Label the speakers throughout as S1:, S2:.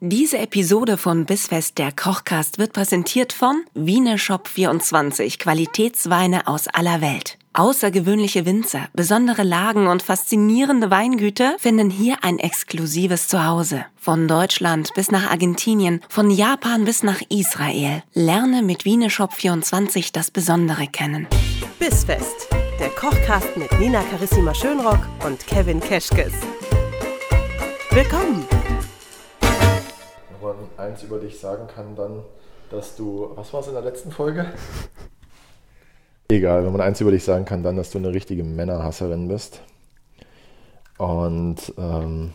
S1: Diese Episode von Bissfest der Kochcast wird präsentiert von Wiener Shop 24, Qualitätsweine aus aller Welt. Außergewöhnliche Winzer, besondere Lagen und faszinierende Weingüter finden hier ein exklusives Zuhause. Von Deutschland bis nach Argentinien, von Japan bis nach Israel. Lerne mit Wiener Shop 24 das Besondere kennen.
S2: Bissfest, der Kochcast mit Nina Carissima Schönrock und Kevin Keschkes. Willkommen!
S3: Wenn man eins über dich sagen kann, dann, dass du. Was war es in der letzten Folge? Egal, wenn man eins über dich sagen kann, dann, dass du eine richtige Männerhasserin bist. Und ähm,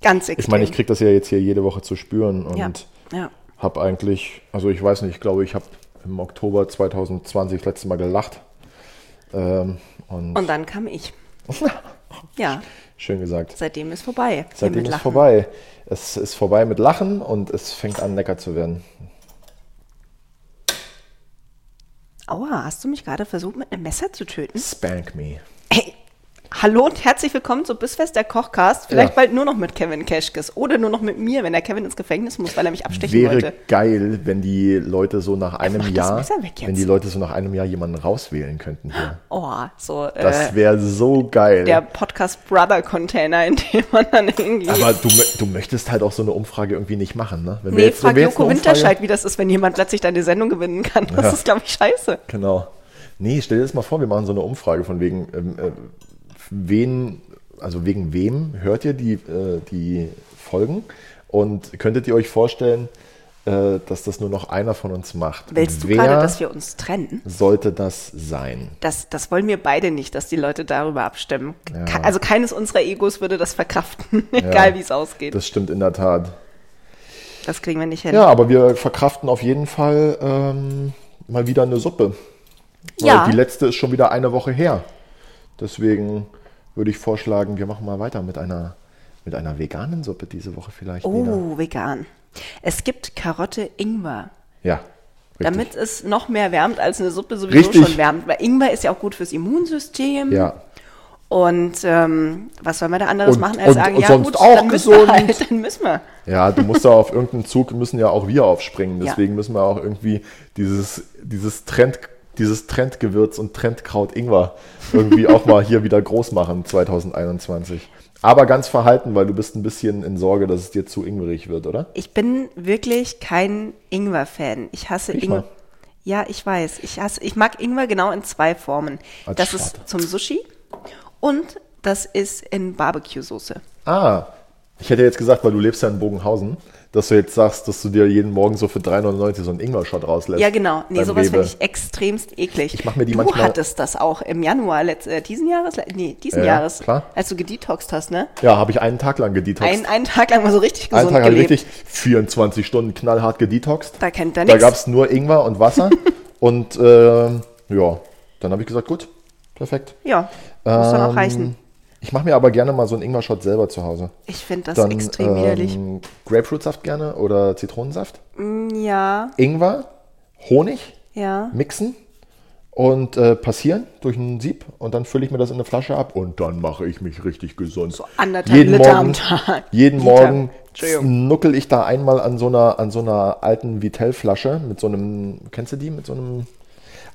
S2: Ganz extrem.
S3: ich meine, ich kriege das ja jetzt hier jede Woche zu spüren und
S2: ja. ja.
S3: habe eigentlich, also ich weiß nicht, ich glaube, ich habe im Oktober 2020 das letzte Mal gelacht. Ähm, und,
S1: Und dann kam ich. Ja,
S3: schön gesagt.
S1: seitdem ist vorbei.
S3: Seitdem ist vorbei. Es ist vorbei mit Lachen und es fängt an, lecker zu werden.
S2: Aua, hast du mich gerade versucht, mit einem Messer zu töten?
S3: Spank me.
S2: Hey, hallo und herzlich willkommen zu Bissfest, der Kochcast. Vielleicht
S3: Ja.
S2: bald nur noch mit Kevin Keschkes oder nur noch mit mir, wenn der Kevin ins Gefängnis muss, weil er mich abstechen
S3: Wäre
S2: wollte.
S3: geil, wenn die Leute so nach einem
S2: mach das
S3: Jahr,
S2: Messer weg jetzt.
S3: wenn die Leute so nach einem Jahr jemanden rauswählen könnten hier.
S2: Oh, so
S3: Das
S2: äh,
S3: wäre so geil.
S2: der Podcast-Brother-Container, in dem man dann irgendwie...
S3: Aber du, mö- du möchtest halt auch so eine Umfrage irgendwie nicht machen, ne? Wenn
S2: Nee, frag
S3: wenn
S2: Joko
S3: eine Umfrage-
S2: Winterscheid, wie das ist, wenn jemand plötzlich deine Sendung gewinnen kann. Das
S3: Ja.
S2: ist, glaube ich, scheiße.
S3: Genau. Nee, stell dir das mal vor, wir machen so eine Umfrage von wegen, ähm, äh, wen, also wegen wem hört ihr die, äh, die Folgen und könntet ihr euch vorstellen, äh, dass das nur noch einer von uns macht?
S2: Willst du
S3: Wer
S2: gerade, dass wir uns trennen?
S3: sollte das sein?
S2: Das, das wollen wir beide nicht, dass die Leute darüber abstimmen.
S3: Ja.
S2: Ke- Also keines unserer Egos würde das verkraften, egal wie es ausgeht. Das,
S3: Das stimmt in der Tat.
S2: kriegen wir nicht hin.
S3: Ja, aber wir verkraften auf jeden Fall ähm, mal wieder eine Suppe. Weil
S2: Ja.
S3: Die letzte ist schon wieder eine Woche her. Deswegen würde ich vorschlagen, wir machen mal weiter mit einer, mit einer veganen Suppe diese Woche vielleicht. Nina.
S2: oh, vegan. Es gibt Karotte Ingwer.
S3: Ja. Richtig.
S2: Damit es noch mehr wärmt, als eine Suppe sowieso
S3: Richtig.
S2: schon wärmt. Weil Ingwer ist ja auch gut fürs Immunsystem.
S3: Ja.
S2: Und ähm, was soll man da anderes
S3: Und-
S2: machen, als
S3: und-
S2: sagen,
S3: und
S2: ja
S3: sonst
S2: gut,
S3: auch
S2: dann müssen wir
S3: gesund.
S2: halt, dann müssen wir.
S3: Ja, du musst da auf irgendeinen Zug, müssen ja auch wir aufspringen.
S2: Ja.
S3: Deswegen müssen wir auch irgendwie dieses, dieses Trend, dieses Trendgewürz und Trendkraut Ingwer irgendwie auch mal hier wieder groß machen 2021. Aber ganz verhalten, weil du bist ein bisschen in Sorge, dass es dir zu ingwerig wird, oder?
S2: Ich bin wirklich kein Ingwer-Fan. Ich hasse
S3: Ich
S2: Ingwer.
S3: mal.
S2: Ja, ich weiß. Ich, hasse, ich mag Ingwer genau in zwei Formen.
S3: Als
S2: das
S3: Schade.
S2: ist zum Sushi und das ist in Barbecue-Soße.
S3: Ah, ich hätte jetzt gesagt, weil du lebst ja in Bogenhausen, dass du jetzt sagst, dass du dir jeden Morgen so für 3,99 so einen Ingwer-Shot rauslässt.
S2: Ja, genau. Nee,
S3: beim
S2: sowas
S3: Rewe.
S2: finde ich extremst eklig.
S3: Ich mach mir die
S2: du
S3: manchmal-
S2: hattest das auch im Januar letz, äh, diesen Jahres, le- nee, diesen
S3: Ja, ja,
S2: Jahres,
S3: klar.
S2: als du gedetoxt hast, ne?
S3: Ja, habe ich einen Tag lang gedetoxt.
S2: Einen, einen Tag lang mal so richtig
S3: Einen
S2: gesund
S3: Tag habe ich
S2: gelebt.
S3: richtig 24 Stunden knallhart gedetoxt.
S2: Da kennt er
S3: Da
S2: nichts.
S3: gab es nur Ingwer und Wasser. und ähm, ja, dann habe ich gesagt, gut, perfekt.
S2: Ja, muss dann auch
S3: Ähm,
S2: reichen.
S3: Ich mache mir aber gerne mal so einen Ingwer-Shot selber zu Hause.
S2: Ich finde das
S3: Dann
S2: extrem widerlich.
S3: ähm, Grapefruitsaft gerne oder Zitronensaft.
S2: Ja,
S3: Ingwer, Honig
S2: ja.
S3: mixen und äh, passieren durch ein Sieb und dann fülle ich mir das in eine Flasche ab und dann mache ich mich richtig gesund. So
S2: anderthalb Liter am Tag.
S3: Jeden
S2: Liter.
S3: Morgen
S2: Entschuldigung.
S3: nuckel ich da einmal an so einer, an so einer alten Vitell-Flasche mit so einem, kennst du die, mit so einem,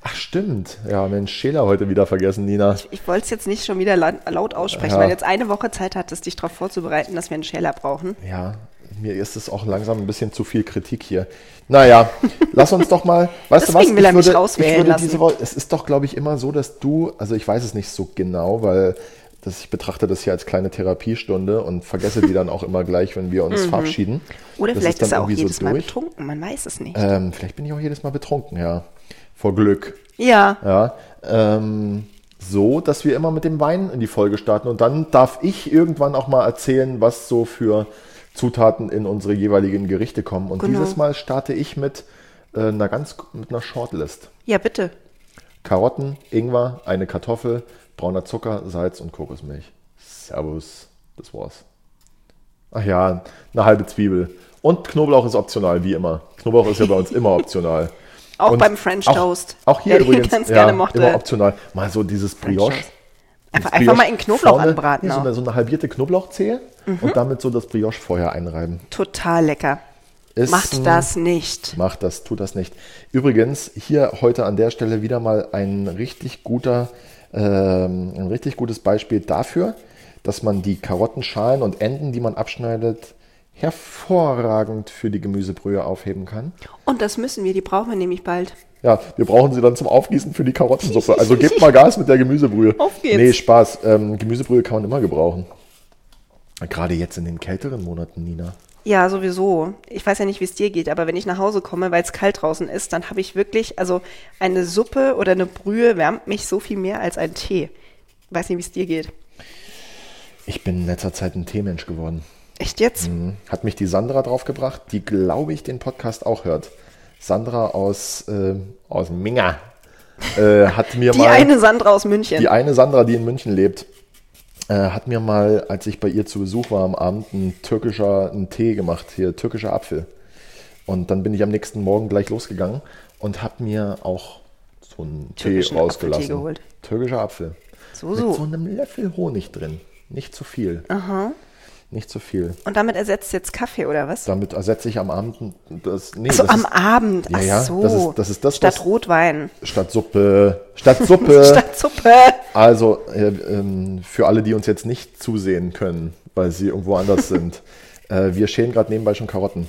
S3: ach stimmt, ja Mensch, Schäler heute wieder vergessen, Nina.
S2: Ich wollte es jetzt nicht schon wieder la- laut aussprechen,
S3: Ja.
S2: weil du jetzt eine Woche Zeit hattest, dich darauf vorzubereiten, dass wir einen Schäler brauchen.
S3: Ja, mir ist es auch langsam ein bisschen zu viel Kritik hier. Naja, lass uns doch mal, weißt du was,
S2: Deswegen will er mich rauswählen
S3: ich würde
S2: lassen.
S3: diese Rolle, es ist doch glaube ich immer so, dass du, also ich weiß es nicht so genau, weil das, ich betrachte das hier als kleine Therapiestunde und vergesse die dann auch immer gleich, wenn wir uns verabschieden.
S2: Mhm. Oder
S3: Das
S2: vielleicht
S3: dann
S2: ist er auch
S3: irgendwie so
S2: jedes Mal
S3: durch.
S2: betrunken, man weiß es nicht.
S3: Ähm, vielleicht bin ich auch jedes Mal betrunken, ja. Vor Glück.
S2: ja,
S3: Ja. Ähm, so, dass wir immer mit dem Wein in die Folge starten und dann darf ich irgendwann auch mal erzählen, was so für Zutaten in unsere jeweiligen Gerichte kommen. Und
S2: Genau.
S3: dieses Mal starte ich mit äh, einer ganz mit einer Shortlist.
S2: ja, bitte.
S3: Karotten, Ingwer, eine Kartoffel, brauner Zucker, Salz und Kokosmilch. Servus, das war's. Ach ja, eine halbe Zwiebel. Und Knoblauch ist optional, wie immer. Knoblauch ist ja bei uns immer optional.
S2: Auch
S3: und
S2: beim French Toast,
S3: Auch hier
S2: der den
S3: übrigens.
S2: ganz
S3: ja,
S2: gerne mochte.
S3: Immer optional. Mal so dieses Brioche.
S2: Toast.
S3: das
S2: Einfach- einfach mal in Knoblauch
S3: vorne,
S2: anbraten Mhm.
S3: hier So
S2: auch.
S3: eine, so eine halbierte Knoblauchzehe und damit so das Brioche vorher einreiben.
S2: Total lecker.
S3: Ist äh, ein-
S2: Macht das nicht.
S3: Macht das, tut das nicht. Übrigens, hier heute an der Stelle wieder mal ein richtig guter, ähm, ein richtig gutes Beispiel dafür, dass man die Karottenschalen und Enden, die man abschneidet, hervorragend für die Gemüsebrühe aufheben kann.
S2: Und das müssen wir, die brauchen wir nämlich bald.
S3: Ja, wir brauchen sie dann zum Aufgießen für die Karottensuppe. Also gebt mal Gas mit der Gemüsebrühe.
S2: Auf geht's.
S3: Nee, Spaß. Ähm, Gemüsebrühe kann man immer gebrauchen. Gerade jetzt in den kälteren Monaten, Nina.
S2: Ja, sowieso. Ich weiß ja nicht, wie es dir geht, aber wenn ich nach Hause komme, weil es kalt draußen ist, dann habe ich wirklich, also eine Suppe oder eine Brühe wärmt mich so viel mehr als ein Tee. Weiß nicht, wie es dir geht.
S3: Ich bin in letzter Zeit ein Teemensch geworden.
S2: Echt jetzt?
S3: Mhm. Hat mich die Sandra draufgebracht, die, glaube ich, den Podcast auch hört. Sandra aus, äh, aus Minga äh, hat mir
S2: Die
S3: mal.
S2: eine Sandra aus München.
S3: Die eine Sandra, die in München lebt, äh, hat mir mal, als ich bei ihr zu Besuch war am Abend, ein türkischer einen Tee gemacht, hier türkischer Apfel. Und dann bin ich am nächsten Morgen gleich losgegangen und habe mir auch so einen
S2: Türkischen
S3: Tee rausgelassen.
S2: Apfeltee geholt.
S3: Türkischer Apfel.
S2: So,
S3: Mit
S2: so.
S3: so einem Löffel Honig drin. Nicht zu viel. Aha. Nicht zu viel.
S2: Und damit ersetzt jetzt Kaffee oder was?
S3: Damit ersetze ich am Abend das. Nee,
S2: Achso,
S3: das
S2: Also am
S3: ist,
S2: Abend.
S3: Ja, ja,
S2: Ach so.
S3: das ist- das ist das,
S2: Statt
S3: was-
S2: Rotwein.
S3: Statt Suppe. Statt Suppe.
S2: Statt Suppe.
S3: Also, äh, ähm, für alle, die uns jetzt nicht zusehen können, weil sie irgendwo anders sind, äh, wir schälen gerade nebenbei schon Karotten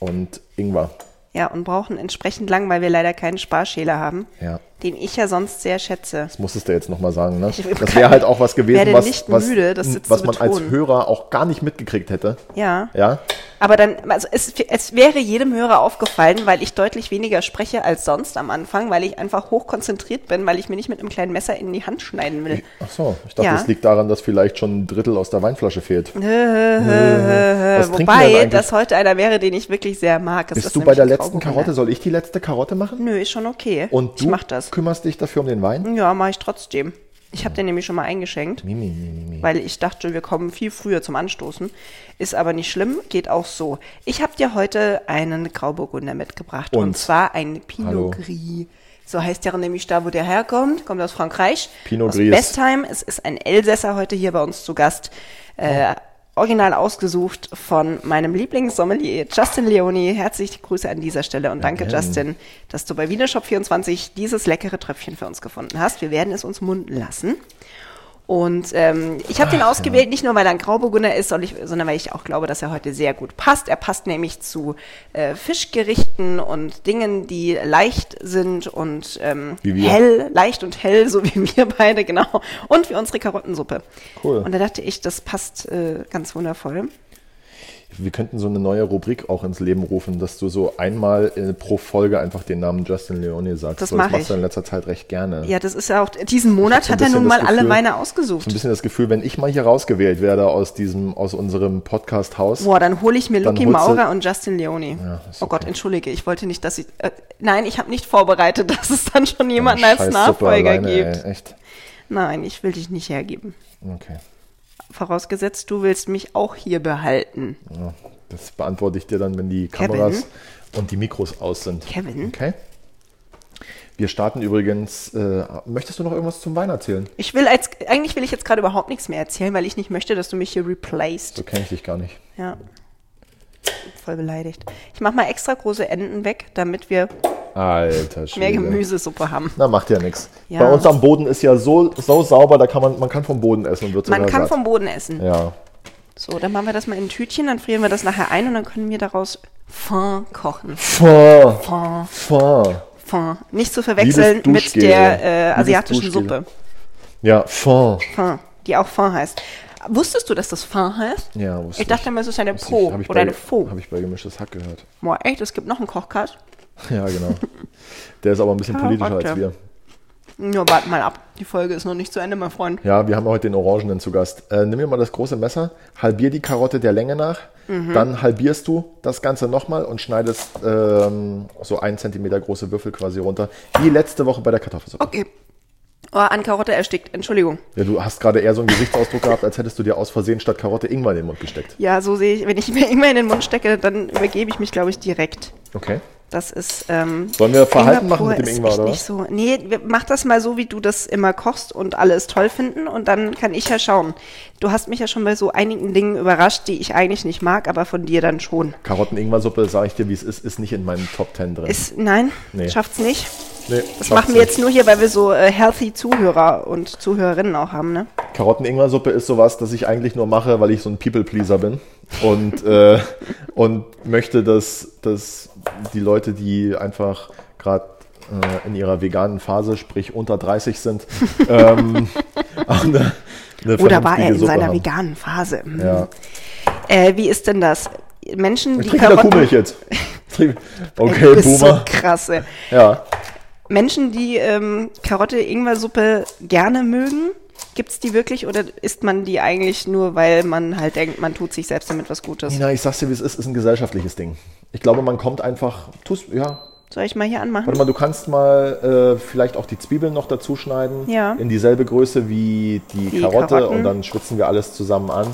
S3: und Ingwer.
S2: Ja, und brauchen entsprechend lang, weil wir leider keinen Sparschäler haben.
S3: Ja.
S2: Den ich ja sonst sehr schätze.
S3: Das musstest du jetzt nochmal sagen, ne?
S2: Ich bin
S3: Das
S2: kein-
S3: wäre halt auch was gewesen,
S2: werde
S3: was,
S2: nicht
S3: was,
S2: müde, das jetzt
S3: was
S2: zu
S3: man als
S2: betonen.
S3: Hörer auch gar nicht mitgekriegt hätte.
S2: Ja.
S3: Ja?
S2: Aber dann, also es, es wäre jedem Hörer aufgefallen, weil ich deutlich weniger spreche als sonst am Anfang, weil ich einfach hochkonzentriert bin, weil ich mir nicht mit einem kleinen Messer in die Hand schneiden will.
S3: Ach so, ich dachte,
S2: Ja.
S3: das liegt daran, dass vielleicht schon ein Drittel aus der Weinflasche fehlt.
S2: Äh,
S3: Äh, Was trinken wir denn
S2: Wobei
S3: eigentlich?
S2: das heute einer wäre, den ich wirklich sehr mag. Es ist
S3: Bist du bei
S2: nämlich
S3: der
S2: ein ne?
S3: letzten
S2: Traubenbrunner.
S3: Karotte? Soll ich die letzte Karotte machen?
S2: Nö, ist schon okay.
S3: Und
S2: ich
S3: du
S2: mach das.
S3: kümmerst dich dafür um den Wein?
S2: Ja, mache ich trotzdem. Ich habe den nämlich schon mal eingeschenkt,
S3: Mimi, Mimi, Mimi.
S2: weil ich dachte, wir kommen viel früher zum Anstoßen. Ist aber nicht schlimm, geht auch so. Ich habe dir heute einen Grauburgunder mitgebracht. Und,
S3: Und?
S2: zwar einen
S3: Hallo.
S2: Pinot Gris. So heißt der nämlich da, wo der herkommt. Kommt aus Frankreich.
S3: Pinot
S2: aus
S3: Gris.
S2: Bestheim. Es ist ein Elsässer heute hier bei uns zu Gast. Äh, Original ausgesucht von meinem Lieblingssommelier Justin Leoni. Herzliche Grüße an dieser Stelle und danke,
S3: gerne.
S2: Justin, dass du bei Wienershop24 dieses leckere Tröpfchen für uns gefunden hast. Wir werden es uns munden lassen. Und ähm, ich habe den ausgewählt,
S3: genau.
S2: nicht nur weil er ein Grauburgunder ist, sondern, ich, sondern weil ich auch glaube, dass er heute sehr gut passt. Er passt nämlich zu äh, Fischgerichten und Dingen, die leicht sind und ähm,
S3: Wie wir.
S2: hell, leicht und hell, so wie wir beide, genau. Und für unsere Karottensuppe.
S3: Cool.
S2: Und da dachte ich, das passt äh, ganz wundervoll.
S3: Wir könnten so eine neue Rubrik auch ins Leben rufen, dass du so einmal äh, pro Folge einfach den Namen Justin Leone sagst.
S2: Das
S3: weil
S2: mach
S3: machst du
S2: ich.
S3: in letzter Zeit recht gerne.
S2: Ja, das ist ja auch, diesen Monat
S3: so ein
S2: hat er
S3: bisschen
S2: nun
S3: das
S2: mal alle
S3: Gefühl-
S2: Weine
S3: Ich habe
S2: ausgesucht.
S3: ein bisschen das Gefühl, wenn ich mal hier rausgewählt werde aus diesem, aus unserem Podcast-Haus,
S2: Boah, dann hole ich mir
S3: Dann
S2: Lucky
S3: holst du-
S2: Maurer und Justin Leone.
S3: ist
S2: oh Gott, entschuldige, ich wollte nicht, dass ich. Äh, nein, ich habe nicht vorbereitet, dass es dann schon jemanden als
S3: scheiß Suppe
S2: Nachfolger
S3: alleine,
S2: gibt.
S3: Ey, echt?
S2: Nein, ich will dich nicht hergeben.
S3: Okay.
S2: Vorausgesetzt, du willst mich auch hier behalten.
S3: Ja. Das beantworte ich dir dann, wenn die
S2: Kevin?
S3: Kameras und die Mikros aus sind.
S2: Kevin?
S3: Okay. Wir starten übrigens. Äh, möchtest du noch irgendwas zum Wein erzählen?
S2: Ich will als, eigentlich will ich jetzt gerade überhaupt nichts mehr erzählen, weil ich nicht möchte, dass du mich hier replaced.
S3: So kenne ich dich gar nicht.
S2: Ja. Voll beleidigt. Ich mache mal extra große Enden weg, damit wir
S3: Alter Schwede.
S2: mehr Gemüsesuppe haben.
S3: Na, macht ja nichts.
S2: Ja.
S3: Bei uns am Boden ist ja so, so sauber, da kann man, man kann vom Boden essen und wird
S2: Man
S3: sogar
S2: kann
S3: satt.
S2: vom Boden essen.
S3: Ja,
S2: So, dann machen wir das mal in Tütchen, dann frieren wir das nachher ein und dann können wir daraus Fond kochen.
S3: Pho. Pho.
S2: Fond. Nicht zu verwechseln
S3: Liebes
S2: mit
S3: Duschgel.
S2: der äh,
S3: Liebes
S2: asiatischen
S3: Duschgel.
S2: Suppe.
S3: Ja, Pho.
S2: Fond, die auch Fond heißt. Wusstest du, dass das Fond heißt?
S3: Ja, wusste
S2: ich. dachte immer, es ist eine Po
S3: Hab ich
S2: oder
S3: bei-
S2: eine Fo.
S3: Hab ich bei gemischtes Hack gehört.
S2: Boah, echt, es gibt noch einen Kochkart.
S3: Ja, genau. Der ist aber ein bisschen politischer als
S2: Karotte.
S3: wir.
S2: Nur wart mal ab. Die Folge ist noch nicht zu Ende, mein Freund.
S3: Ja, wir haben heute den Orangenen zu Gast. Äh, nimm mir mal das große Messer, halbier die Karotte der Länge nach,
S2: Mhm.
S3: dann halbierst du das Ganze nochmal und schneidest ähm, so einen Zentimeter große Würfel quasi runter. Wie letzte Woche bei der Kartoffelsuppe.
S2: Okay. Oh, an Karotte erstickt. Entschuldigung.
S3: Ja, du hast gerade eher so einen Gesichtsausdruck gehabt, als hättest du dir aus Versehen statt Karotte Ingwer in den Mund gesteckt.
S2: Ja, so sehe ich. Wenn ich mir irgendwann in den Mund stecke, dann übergebe ich mich, glaube ich, direkt.
S3: Okay.
S2: Das ist. Ähm,
S3: Sollen wir Verhalten
S2: Ingwer
S3: machen mit
S2: pur
S3: dem
S2: ist
S3: Ingwer,
S2: echt
S3: oder
S2: Nicht
S3: was?
S2: so. Nee, wir- mach das mal so, wie du das immer kochst und alle es toll finden und dann kann ich ja schauen. Du hast mich ja schon bei so einigen Dingen überrascht, die ich eigentlich nicht mag, aber von dir dann schon.
S3: Karotten-Ingwer-Suppe, sage ich dir, wie es ist, ist nicht in meinen Top Ten drin.
S2: Ist, nein,
S3: Nee.
S2: schafft's nicht.
S3: Nee,
S2: Das
S3: schafft's
S2: machen wir
S3: nicht.
S2: jetzt nur hier, weil wir so äh, healthy Zuhörer und Zuhörerinnen auch haben, ne?
S3: Karotten-Ingwer-Suppe ist sowas, das ich eigentlich nur mache, weil ich so ein People-Pleaser bin und, äh, und möchte, dass, dass die Leute, die einfach gerade äh, in ihrer veganen Phase, sprich unter 30 sind, ähm, auch eine, eine
S2: Oder war er in
S3: vernünftige Suppe
S2: seiner
S3: haben.
S2: veganen Phase? Hm.
S3: Ja.
S2: Äh, wie ist denn das? Menschen,
S3: Ich
S2: die
S3: trinke wieder
S2: Karotten...
S3: Kuhmilch jetzt. Trink-
S2: Ey, du
S3: Okay,
S2: bist So
S3: Boomer.
S2: krass, ey.
S3: Ja.
S2: Menschen, die ähm, Karotte-Ingwer-Suppe gerne mögen, gibt's die wirklich oder isst man die eigentlich nur, weil man halt denkt, man tut sich selbst damit was Gutes?
S3: Nina, ich sag's dir, wie es ist, ist ein gesellschaftliches Ding. Ich glaube, man kommt einfach, tust, ja,
S2: Soll ich mal hier anmachen?
S3: Warte mal, du kannst mal äh, vielleicht auch die Zwiebeln noch dazu schneiden.
S2: Ja.
S3: In dieselbe Größe wie die,
S2: Die
S3: Karotte.
S2: Karotten.
S3: Und dann schwitzen wir alles zusammen an,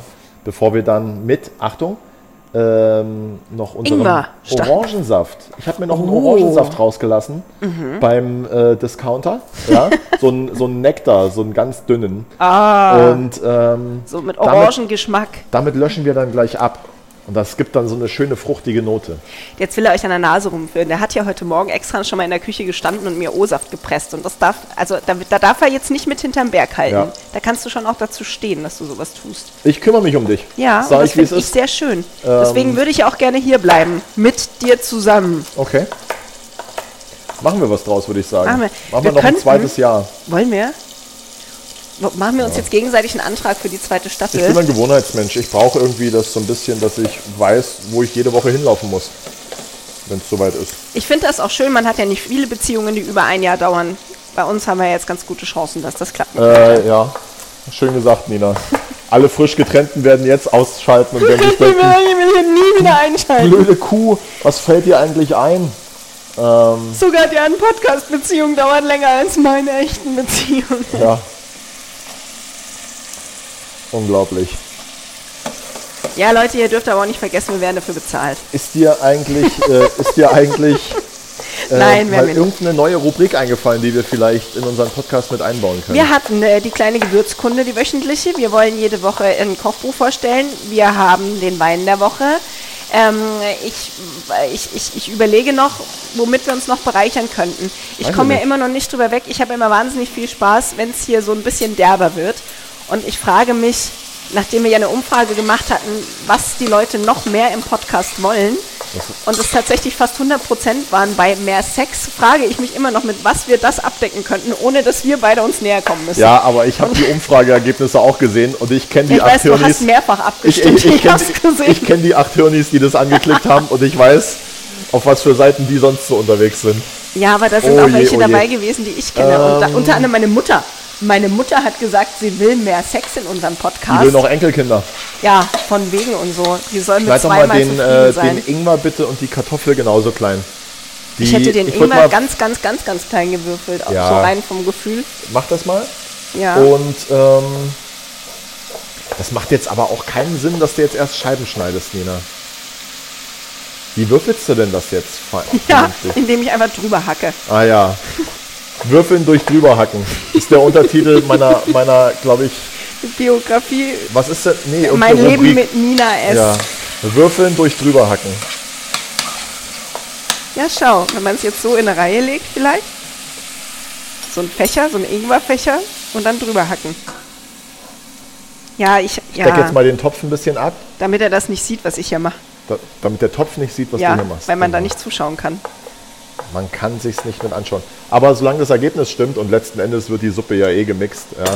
S3: bevor wir dann mit, Achtung, ähm, noch unseren
S2: Ingwer. Oh. Sta-
S3: Orangensaft. Ich habe mir noch einen Orangensaft rausgelassen
S2: Mhm.
S3: beim äh, Discounter. Ja? so einen so ein Nektar, so einen ganz dünnen. Ah. Und ähm,
S2: So mit
S3: damit,
S2: Orangengeschmack.
S3: damit löschen wir dann gleich ab. Und das gibt dann so eine schöne fruchtige Note.
S2: Jetzt will er euch an der Nase rumführen. Der hat ja heute Morgen extra schon mal in der Küche gestanden und mir O-Saft gepresst. Und das darf, also da, da darf er jetzt nicht mit hinterm Berg halten.
S3: Ja.
S2: Da kannst du schon auch dazu stehen, dass du sowas tust.
S3: Ich kümmere mich um dich.
S2: Ja, und
S3: Sag
S2: das
S3: ich, wie es
S2: finde ich
S3: ist. Ähm,
S2: sehr schön. Deswegen würde ich auch gerne hier bleiben. Mit dir zusammen.
S3: Okay. Machen wir was draus, würde ich sagen.
S2: Machen wir.
S3: Machen wir,
S2: Wir
S3: noch
S2: könnten-
S3: ein zweites Jahr.
S2: Wollen wir? Wo- Machen wir uns jetzt gegenseitig einen Antrag für die zweite
S3: Ich bin
S2: Staffel?
S3: ein Gewohnheitsmensch. Ich brauche irgendwie das so ein bisschen, dass ich weiß, wo ich jede Woche hinlaufen muss, wenn es soweit ist.
S2: Ich, finde das auch schön. Man hat ja nicht viele Beziehungen, die über ein Jahr dauern. Bei uns haben wir jetzt ganz gute Chancen, dass das klappt.
S3: Äh, ja, schön gesagt, Nina. Alle frisch getrennten werden jetzt ausschalten und werden sich denken,
S2: Ich will hier nie wieder einschalten.
S3: blöde Kuh, was fällt dir eigentlich ein?
S2: Sogar deren Podcast-Beziehung dauert länger als meine echten Beziehungen.
S3: Ja. Unglaublich.
S2: Ja, Leute, ihr dürft aber auch nicht vergessen, wir werden dafür bezahlt.
S3: Ist dir eigentlich, äh, ist dir eigentlich äh,
S2: Nein, wir
S3: mal
S2: haben wir nicht.
S3: irgendeine neue Rubrik eingefallen, die wir vielleicht in unseren Podcast mit einbauen können?
S2: Wir hatten äh, die kleine Gewürzkunde, die wöchentliche. Wir wollen jede Woche ein Kochbuch vorstellen. Wir haben den Wein der Woche. Ähm, ich, ich, ich, ich überlege noch, womit wir uns noch bereichern könnten. Ich
S3: Weiß
S2: komme
S3: ich
S2: ja
S3: nicht.
S2: immer noch nicht drüber weg. Ich habe immer wahnsinnig viel Spaß, wenn es hier so ein bisschen derber wird. Und ich frage mich, nachdem wir ja eine Umfrage gemacht hatten, was die Leute noch mehr im Podcast wollen. Und es tatsächlich fast 100% waren bei mehr Sex, frage ich mich immer noch, mit was wir das abdecken könnten, ohne dass wir beide uns näher kommen müssen.
S3: Ja, aber ich habe die Umfrageergebnisse auch gesehen und ich kenne die
S2: ich weiß, du hast
S3: Hirnis.
S2: mehrfach
S3: Ich,
S2: abgestimmt.
S3: ich, ich kenne
S2: hab's gesehen.
S3: die, ich kenn die acht Hirnis, die das angeklickt haben und ich weiß, auf was für Seiten die sonst so unterwegs sind.
S2: ja, aber da sind
S3: Oh
S2: auch
S3: je,
S2: welche
S3: oh je. Ähm.
S2: dabei gewesen, die ich kenne. Und da, unter anderem meine Mutter. Meine Mutter hat gesagt, sie will mehr Sex in unserem
S3: Die will
S2: Podcast.
S3: noch Enkelkinder.
S2: Ja, von wegen und so. Die sollen mit
S3: Schneid doch mal
S2: zweimal
S3: den,
S2: zufrieden
S3: äh,
S2: sein.
S3: den Ingwer bitte und die Kartoffel genauso klein. Die,
S2: ich hätte den
S3: ich würd
S2: Ingwer
S3: mal,
S2: ganz, ganz, ganz, ganz klein gewürfelt. Auch
S3: Ja.
S2: so rein vom Gefühl.
S3: Mach das mal.
S2: Ja.
S3: Und ähm, das macht jetzt aber auch keinen Sinn, dass du jetzt erst Scheiben schneidest, Nina. Wie würfelst du denn das jetzt? fein-
S2: ja,
S3: vernünftig?
S2: indem ich einfach drüber hacke.
S3: Ah ja. Würfeln durch drüberhacken ist der Untertitel meiner, meiner glaube ich,
S2: Biografie,
S3: was ist das? Nee, irgendeine
S2: mein Leben
S3: Rubrik.
S2: mit Nina S.
S3: Ja. Würfeln durch drüberhacken.
S2: Ja, schau, wenn man es jetzt so in eine Reihe legt vielleicht. So ein Fächer, so ein Ingwerfächer und dann drüber hacken. Ja, ich,
S3: Ich deck
S2: ja,
S3: jetzt mal den Topf ein bisschen ab,
S2: damit er das nicht sieht, was ich hier mache.
S3: da, damit der Topf nicht sieht, was
S2: Ja,
S3: du hier machst.
S2: weil man da
S3: Genau.
S2: nicht zuschauen kann.
S3: Man kann sich's nicht mit anschauen. Aber solange das Ergebnis stimmt und letzten Endes wird die Suppe ja eh gemixt, ja,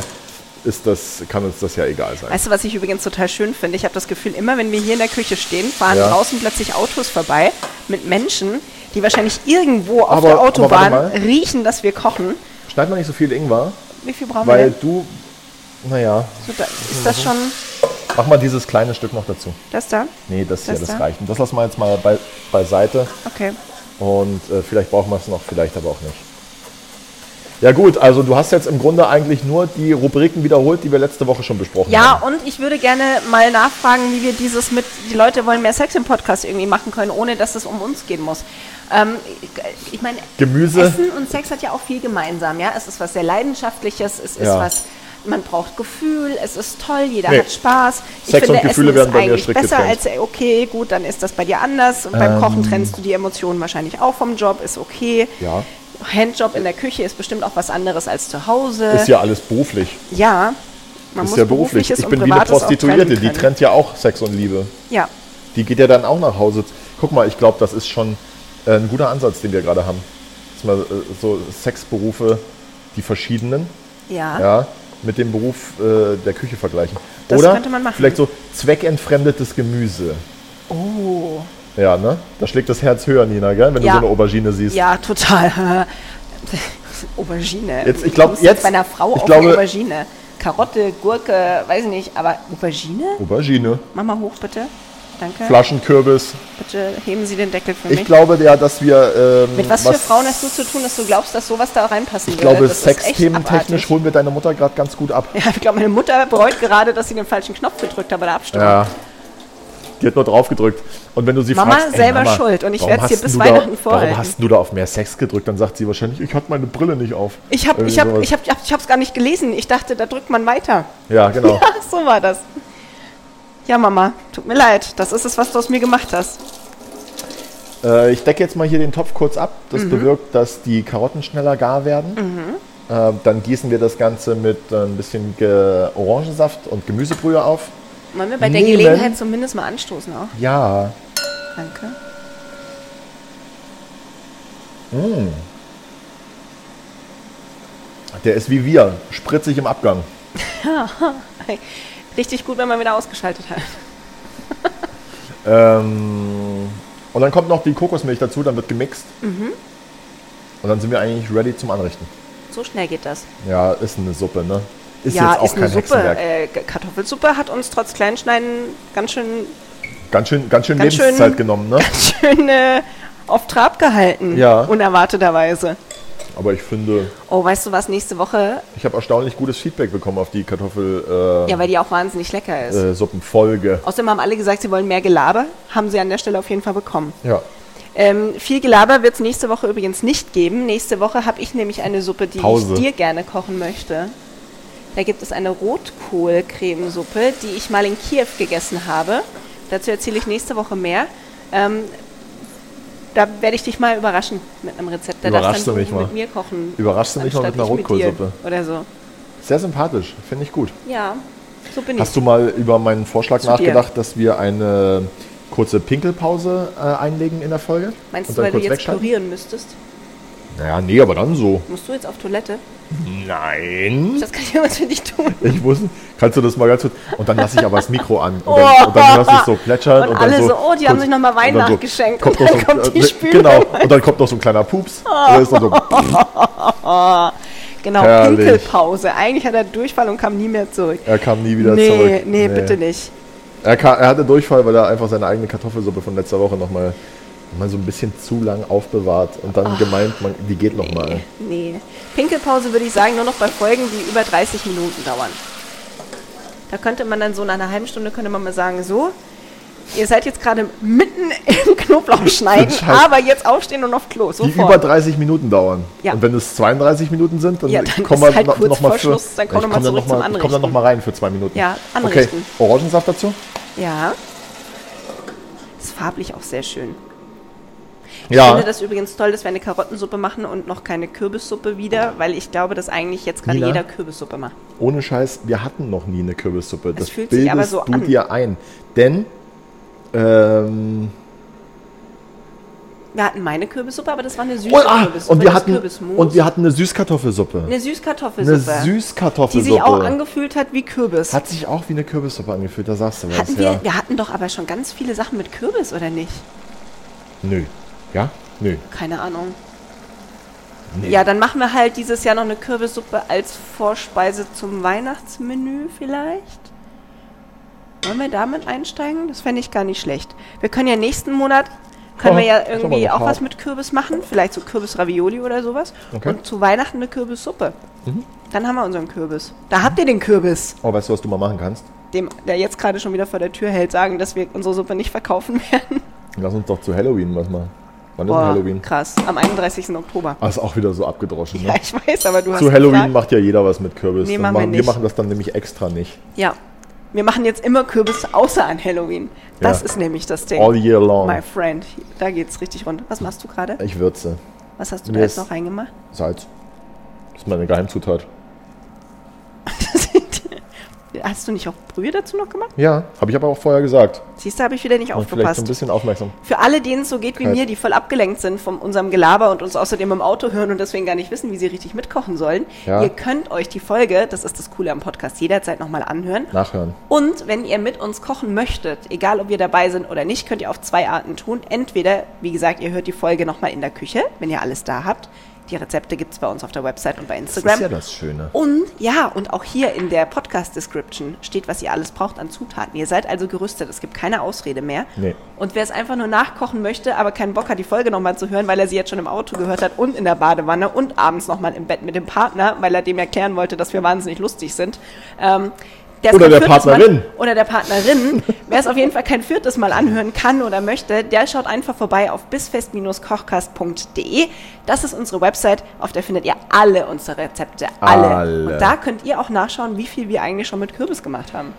S3: ist das, kann uns das ja egal sein.
S2: Weißt du, was ich übrigens total schön finde? Ich habe das Gefühl, immer wenn wir hier in der Küche stehen, fahren
S3: Ja.
S2: draußen plötzlich Autos vorbei mit Menschen, die wahrscheinlich irgendwo auf
S3: Aber-
S2: der
S3: aber warte
S2: Autobahn
S3: mal.
S2: riechen, dass wir kochen.
S3: Schneid mal nicht so viel Ingwer,
S2: Wie viel brauchen wir
S3: weil
S2: denn?
S3: du, naja,
S2: So, da, ist das schon
S3: mach mal dieses kleine Stück noch dazu.
S2: das da?
S3: Nee, das hier,
S2: Das
S3: das
S2: da?
S3: reicht. Und das lassen wir jetzt mal bei, beiseite.
S2: Okay.
S3: Und äh, vielleicht brauchen wir es noch, vielleicht aber auch nicht. Ja gut, also du hast jetzt im Grunde eigentlich nur die Rubriken wiederholt, die wir letzte Woche schon besprochen
S2: Ja,
S3: haben.
S2: und ich würde gerne mal nachfragen, wie wir dieses mit, die Leute wollen mehr Sex im Podcast irgendwie machen können, ohne dass es um uns gehen muss. Ähm, ich- ich meine,
S3: Gemüse.
S2: Essen und Sex hat ja auch viel gemeinsam, ja. Es ist was sehr Leidenschaftliches, es ist
S3: Ja.
S2: was, man braucht Gefühl, es ist toll, jeder
S3: Nee.
S2: hat Spaß. Ich
S3: Sex und
S2: finde,
S3: Gefühle
S2: Essen
S3: werden
S2: ist
S3: bei mir
S2: eigentlich
S3: strikt
S2: besser
S3: getrennt. Ähm.
S2: als, äh, okay, gut, dann ist das bei dir anders. Und beim Kochen trennst du die Emotionen wahrscheinlich auch vom Job, ist okay.
S3: Ja.
S2: Handjob in der Küche ist bestimmt auch was anderes als zu Hause.
S3: Ist ja alles beruflich.
S2: Ja, äh, man
S3: ist
S2: muss
S3: ja beruflich.
S2: Berufliches
S3: Ich
S2: und
S3: bin wie eine
S2: Privates auch
S3: Prostituierte,
S2: trennen
S3: die
S2: können.
S3: trennt ja auch Sex und Liebe.
S2: Ja,
S3: Die geht ja dann auch nach Hause. Guck mal, ich glaube, das ist schon äh, ein guter Ansatz, den wir gerade haben. Dass man äh, so Sexberufe, die verschiedenen,
S2: ja.
S3: ja, mit dem Beruf äh, der Küche vergleichen.
S2: Ah. Das
S3: Oder
S2: könnte man machen.
S3: vielleicht so zweckentfremdetes Gemüse.
S2: Oh.
S3: Ja, ne? Da schlägt das Herz höher, Nina, gell? wenn
S2: Ja.
S3: du so eine Aubergine siehst.
S2: Ja, total. Aubergine.
S3: Jetzt,
S2: Du
S3: ich glaub,
S2: kommst
S3: jetzt-
S2: bei einer Frau
S3: ich
S2: auf
S3: glaube-
S2: eine Aubergine. Karotte, Gurke, weiß ich nicht, aber Aubergine?
S3: Aubergine,
S2: Mach mal hoch, bitte. Danke.
S3: Flaschenkürbis.
S2: Bitte heben Sie den Deckel für
S3: Ich
S2: mich.
S3: glaube ja, dass wir. Ähm,
S2: Mit was, für Frauen hast du zu tun, dass du glaubst, dass sowas da reinpassen
S3: Ich glaube,
S2: würde? Das ist echt
S3: sexthementechnisch
S2: abartig.
S3: holen wir deine Mutter gerade ganz gut ab.
S2: Ja, ich glaube, meine Mutter bereut gerade, dass sie den falschen Knopf gedrückt hat bei der Abstimmung.
S3: Ja. Die hat nur drauf gedrückt. Und wenn du sie
S2: Mama,
S3: fragst, ey,
S2: selber schuld und ich
S3: warum
S2: werd's dir
S3: hast
S2: bis
S3: du
S2: Weihnachten
S3: da,
S2: vorhalten.
S3: Warum hast du da auf mehr Sex gedrückt? Dann sagt sie wahrscheinlich, ich hatte meine Brille nicht auf.
S2: Ich habe
S3: Irgendwie
S2: ich hab,
S3: sowas.
S2: ich hab, ich hab, ich hab's gar nicht gelesen. Ich dachte, da drückt man weiter.
S3: Ja, genau.
S2: Ach, so war das. Ja, Mama, tut mir leid. Das ist es, was du aus mir gemacht hast.
S3: Äh, ich decke jetzt mal hier den Topf kurz ab. Das
S2: Mhm.
S3: bewirkt, dass die Karotten schneller gar werden. Äh, dann gießen wir das Ganze mit äh, ein bisschen Ge Orangensaft und Gemüsebrühe auf.
S2: Wollen wir bei der
S3: Nehmen.
S2: Gelegenheit zumindest mal anstoßen auch?
S3: Ja,
S2: Danke.
S3: der ist wie wir, spritzig im Abgang.
S2: Richtig gut, wenn man wieder ausgeschaltet hat.
S3: Ähm, und dann kommt noch die Kokosmilch dazu, dann wird gemixt.
S2: Mhm.
S3: Und dann sind wir eigentlich ready zum Anrichten.
S2: So schnell geht das.
S3: Ja, ist eine Suppe, ne? Ist
S2: ja,
S3: jetzt auch
S2: ist
S3: kein
S2: eine Suppe.
S3: Hexenwerk.
S2: Äh, K- Kartoffelsuppe hat uns trotz Kleinschneiden ganz schön,
S3: ganz schön, ganz schön
S2: ganz schön-
S3: Lebenszeit genommen, ne?
S2: ganz schön äh, auf Trab gehalten.
S3: Ja.
S2: Unerwarteterweise.
S3: Aber ich finde,
S2: Oh, weißt du was? Nächste Woche,
S3: ich habe erstaunlich gutes Feedback bekommen auf die Kartoffel
S2: ja, weil die auch wahnsinnig lecker ist.
S3: Ähm. äh, äh, Suppenfolge.
S2: Außerdem haben alle gesagt, sie wollen mehr Gelaber. Haben sie an der Stelle auf jeden Fall bekommen.
S3: Ja.
S2: Ähm, viel Gelaber wird es nächste Woche übrigens nicht geben. Nächste Woche habe ich nämlich eine Suppe, die
S3: Pause.
S2: ich dir gerne kochen möchte. Da gibt es eine Rotkohlcremesuppe, die ich mal in Kiew gegessen habe. Dazu erzähle ich nächste Woche mehr. Ähm, da werde ich dich mal überraschen mit einem Rezept. Da
S3: Überraschst du mich
S2: mit
S3: mal.
S2: mir kochen.
S3: Überraschst du mich mal mit
S2: anstatt
S3: einer
S2: ich dir
S3: Rotkohlsuppe.
S2: Oder so.
S3: Sehr sympathisch, finde ich gut.
S2: Ja, so bin
S3: Hast
S2: ich.
S3: du mal über meinen Vorschlag
S2: Zu
S3: nachgedacht, dass wir eine kurze Pinkelpause äh, einlegen in der Folge?
S2: Meinst
S3: Und
S2: du,
S3: dann
S2: weil du
S3: kurz
S2: jetzt
S3: wegschalten?
S2: kurieren müsstest?
S3: Naja, nee, aber dann so.
S2: Musst du jetzt auf Toilette?
S3: Nein.
S2: Das kann jemand für dich tun.
S3: Ich wusste, kannst du das mal ganz kurz. Und dann lasse ich aber das Mikro an. Und dann, und dann lasse ich so plätschern.
S2: Und
S3: Und,
S2: alle
S3: dann
S2: so, oh, die haben sich noch mal Wein
S3: und dann
S2: nachgeschenkt.
S3: Kommt
S2: Und
S3: noch
S2: dann
S3: so, ein-
S2: kommt die Ah.
S3: äh,
S2: Spülung.
S3: Genau. Und dann kommt noch so ein kleiner Pups. Und dann ist noch so,
S2: Genau,
S3: Herrlich.
S2: Pinkelpause. Eigentlich hat er Durchfall und kam nie mehr zurück.
S3: er kam nie wieder
S2: nee,
S3: zurück.
S2: Nee, bitte nicht.
S3: Er, kam, er hatte Durchfall, weil er einfach seine eigene Kartoffelsuppe von letzter Woche nochmal mal so ein bisschen zu lang aufbewahrt. Und dann gemeint, man, die geht nochmal.
S2: Nee. Pinkelpause würde ich sagen, nur noch bei Folgen, die über 30 Minuten dauern. Da könnte man dann so nach einer halben Stunde könnte man mal sagen, so, ihr seid jetzt gerade mitten im Knoblauch schneiden,
S3: Scheiß.
S2: aber jetzt aufstehen und auf Klo,
S3: Die
S2: sofort.
S3: über 30 Minuten dauern.
S2: Ja.
S3: Und wenn es 32 Minuten sind, dann,
S2: Ja, dann
S3: kommen
S2: ist
S3: wir
S2: halt
S3: noch,
S2: kurz
S3: noch mal
S2: vor
S3: für,
S2: Schluss, dann komm
S3: ich
S2: noch mal
S3: komm
S2: zurück
S3: noch
S2: zum
S3: mal, Ich komme dann
S2: Anrichten.
S3: nochmal rein für zwei Minuten.
S2: Ja,
S3: Okay,
S2: anrichten.
S3: Orangensaft dazu?
S2: ja. Ist farblich auch sehr schön. Ich
S3: Ja,
S2: finde das übrigens toll, dass wir eine Karottensuppe machen und noch keine Kürbissuppe wieder, weil ich glaube, dass eigentlich jetzt gerade
S3: Nina?
S2: jeder Kürbissuppe macht.
S3: ohne Scheiß, wir hatten noch nie eine Kürbissuppe. Das
S2: fühlt sich
S3: bildest
S2: aber so
S3: du
S2: an.
S3: dir ein. Denn, ähm,
S2: Wir hatten meine Kürbissuppe, aber das war eine süße
S3: oh, ah,
S2: Kürbissuppe.
S3: und, wir
S2: das
S3: hatten,
S2: Kürbismus.
S3: und wir hatten eine Süßkartoffelsuppe.
S2: eine
S3: Eine
S2: Süßkartoffelsuppe, die
S3: Süßkartoffelsuppe.
S2: sich auch angefühlt hat wie Kürbis.
S3: Hat sich auch wie eine Kürbissuppe angefühlt, da sagst du was.
S2: hatten wir,
S3: ja.
S2: wir hatten doch aber schon ganz viele Sachen mit Kürbis, oder nicht?
S3: Nö. Ja? Nö.
S2: Keine Ahnung.
S3: Nee.
S2: Ja, dann machen wir halt dieses Jahr noch eine Kürbissuppe als Vorspeise zum Weihnachtsmenü vielleicht. Wollen wir damit einsteigen? Das fände ich gar nicht schlecht. Wir können ja nächsten Monat Können wir
S3: Ja,
S2: ja
S3: ist aber
S2: irgendwie
S3: lecker.
S2: auch was mit Kürbis machen. Vielleicht so Kürbis-Ravioli oder sowas.
S3: Okay. Mhm.
S2: Und zu Weihnachten eine Kürbissuppe. Dann haben wir unseren Kürbis. Da habt ihr den Kürbis,
S3: Aber Oh, weißt du, was du mal machen kannst?
S2: dem, der jetzt gerade schon wieder vor der Tür hält, sagen, dass wir unsere Suppe nicht verkaufen werden.
S3: Lass uns doch zu Halloween was machen. Wann ist denn
S2: Boah,
S3: Halloween?
S2: krass. Am 31. Oktober.
S3: Ah, ist auch wieder so abgedroschen. Ne?
S2: Ja, ich weiß, aber du hast
S3: zu Halloween
S2: gesagt,
S3: macht ja jeder was mit Kürbis.
S2: Nee,
S3: Dann
S2: machen wir
S3: machen, wir
S2: nicht.
S3: machen das dann nämlich extra nicht.
S2: Ja. Wir machen jetzt immer Kürbis außer an Halloween. Das
S3: Ja.
S2: ist nämlich das Ding.
S3: All year long.
S2: My friend. Da geht's richtig rund. Was machst du gerade?
S3: Ich würze.
S2: Was hast du
S3: Mir
S2: da jetzt
S3: ist-
S2: noch reingemacht?
S3: Salz. Das ist meine Geheimzutat.
S2: hast du nicht auch Brühe dazu noch gemacht?
S3: Ja, habe ich aber auch vorher gesagt.
S2: Siehst du, habe ich wieder nicht
S3: Und vielleicht so ein
S2: aufgepasst.
S3: bisschen aufmerksam.
S2: Für alle, denen es so geht wie
S3: Kalt.
S2: mir, die voll abgelenkt sind von unserem Gelaber und uns außerdem im Auto hören und deswegen gar nicht wissen, wie sie richtig mitkochen sollen,
S3: Ja.
S2: ihr könnt euch die Folge, das ist das Coole am Podcast, jederzeit nochmal anhören.
S3: Nachhören.
S2: Und wenn ihr mit uns kochen möchtet, egal ob wir dabei sind oder nicht, könnt ihr auf zwei Arten tun. Entweder, wie gesagt, ihr hört die Folge nochmal in der Küche, wenn ihr alles da habt. Die Rezepte gibt's bei uns auf der Website und bei
S3: Das ist
S2: Instagram.
S3: ja das Schöne.
S2: Und ja, und auch hier in der Podcast-Description steht, was ihr alles braucht an Zutaten. Ihr seid also gerüstet, es gibt keine Ausrede mehr.
S3: Nee.
S2: Und wer es einfach nur nachkochen möchte, aber keinen Bock hat, die Folge nochmal zu hören, weil er sie jetzt schon im Auto gehört hat und in der Badewanne und abends nochmal im Bett mit dem Partner, weil er dem erklären wollte, dass wir wahnsinnig lustig sind. Ähm, der's
S3: Oder
S2: kein
S3: der
S2: viertes
S3: Partnerin.
S2: Mal, oder der Partnerin. Wer es auf jeden Fall kein viertes Mal anhören kann oder möchte, der schaut einfach vorbei auf bisfest-kochkast.de. Das ist unsere Website, auf der findet ihr alle unsere Rezepte. Alle.
S3: Alle.
S2: Und da könnt ihr auch nachschauen, wie viel wir eigentlich schon mit Kürbis gemacht haben.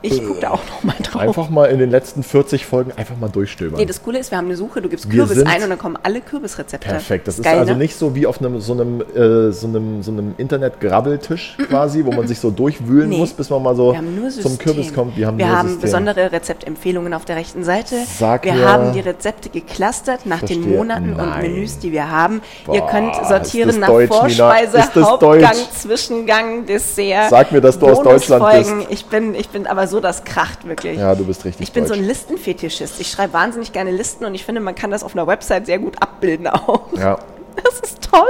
S2: Ich gucke da auch nochmal drauf.
S3: Einfach mal in den letzten 40 Folgen einfach mal durchstöbern.
S2: Nee, das Coole ist, wir haben eine Suche, du gibst
S3: Wir
S2: Kürbis
S3: sind-
S2: ein und dann kommen alle Kürbisrezepte.
S3: Perfekt. Das ist
S2: geil,
S3: also
S2: ne?
S3: nicht so wie auf einem so einem äh, so einem so einem Internet-Grabbeltisch quasi, wo man sich so durchwühlen
S2: Nee.
S3: muss, bis man mal so
S2: Wir haben nur System.
S3: zum Kürbis kommt. Wir haben
S2: wir
S3: nur
S2: haben
S3: System.
S2: besondere Rezeptempfehlungen auf der rechten Seite.
S3: Sag
S2: wir
S3: mir-
S2: haben die Rezepte geclustert nach den
S3: Verstehe.
S2: Monaten und
S3: Nein.
S2: Menüs, die wir haben. Ihr
S3: Boah,
S2: könnt
S3: ist das
S2: sortieren nach
S3: deutsch, Nina?
S2: Vorspeise,
S3: Ist das
S2: Hauptgang,
S3: deutsch?
S2: Zwischengang, Dessert.
S3: Sag mir, dass du aus Deutschland
S2: Bonusfolgen. Ich bin, ich bin aber so, das kracht wirklich.
S3: Ja, du bist richtig
S2: Ich bin so
S3: deutsch.
S2: ein Listenfetischist. Ich schreibe wahnsinnig gerne Listen und ich finde, man kann das auf einer Website sehr gut abbilden auch.
S3: Ja.
S2: Das ist toll.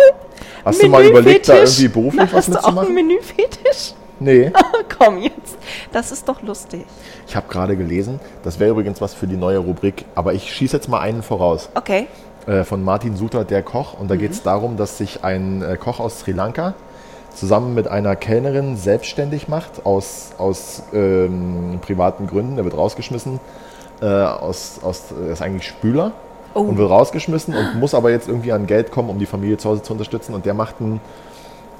S3: Hast du mal überlegt, da
S2: Menüfetisch.
S3: irgendwie beruflich
S2: Na,
S3: was
S2: Hast du auch
S3: mitzumachen?
S2: einen Menüfetisch?
S3: Nee.
S2: Komm jetzt. Das ist doch lustig.
S3: Ich habe gerade gelesen, das wäre übrigens was für die neue Rubrik, aber ich schieße jetzt mal einen voraus.
S2: Okay.
S3: Äh, von Martin Suter, der Koch. Und da geht es darum, dass sich ein äh, Koch aus Sri Lanka zusammen mit einer Kellnerin selbstständig macht, aus, aus ähm, privaten Gründen. Der wird rausgeschmissen. Äh, aus, aus, er ist eigentlich Spüler und wird rausgeschmissen und muss aber jetzt irgendwie an Geld kommen, um die Familie zu Hause zu unterstützen. Und der macht einen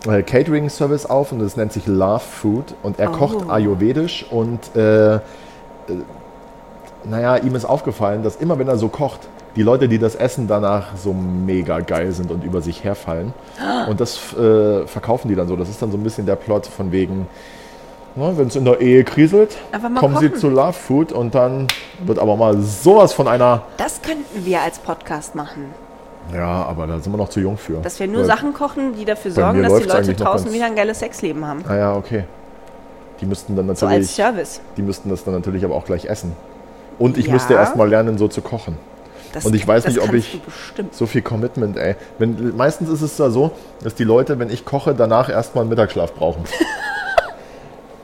S3: äh, Catering-Service auf und das nennt sich Love Food. Und er kocht ayurvedisch und äh, naja, ihm ist aufgefallen, dass immer wenn er so kocht, die Leute, die das essen, danach so mega geil sind und über sich herfallen. Und das äh, verkaufen die dann so. Das ist dann so ein bisschen der Plot von wegen, wenn es in der Ehe kriselt,
S2: Einfach
S3: kommen
S2: mal
S3: sie
S2: kochen.
S3: zu Love Food und dann wird aber mal sowas von einer.
S2: Das könnten wir als Podcast machen.
S3: Ja, aber da sind wir noch zu jung für.
S2: Dass wir nur
S3: Weil-
S2: Sachen kochen, die dafür sorgen,
S3: mir
S2: dass die
S3: läuft's
S2: Leute
S3: eigentlich noch
S2: draußen
S3: ganz-
S2: wieder ein geiles Sexleben haben.
S3: Ah ja, okay. Die müssten dann
S2: So als
S3: natürlich,
S2: Service.
S3: die müssten das dann natürlich aber auch gleich essen. Und ich
S2: Ja.
S3: müsste erst mal lernen, so zu kochen.
S2: Das,
S3: Und ich weiß
S2: das
S3: nicht, ob
S2: kannst
S3: ich-
S2: Du bestimmt.
S3: So viel Commitment, ey. Wenn, meistens ist es ja so, dass die Leute, wenn ich koche, danach erstmal einen Mittagsschlaf brauchen.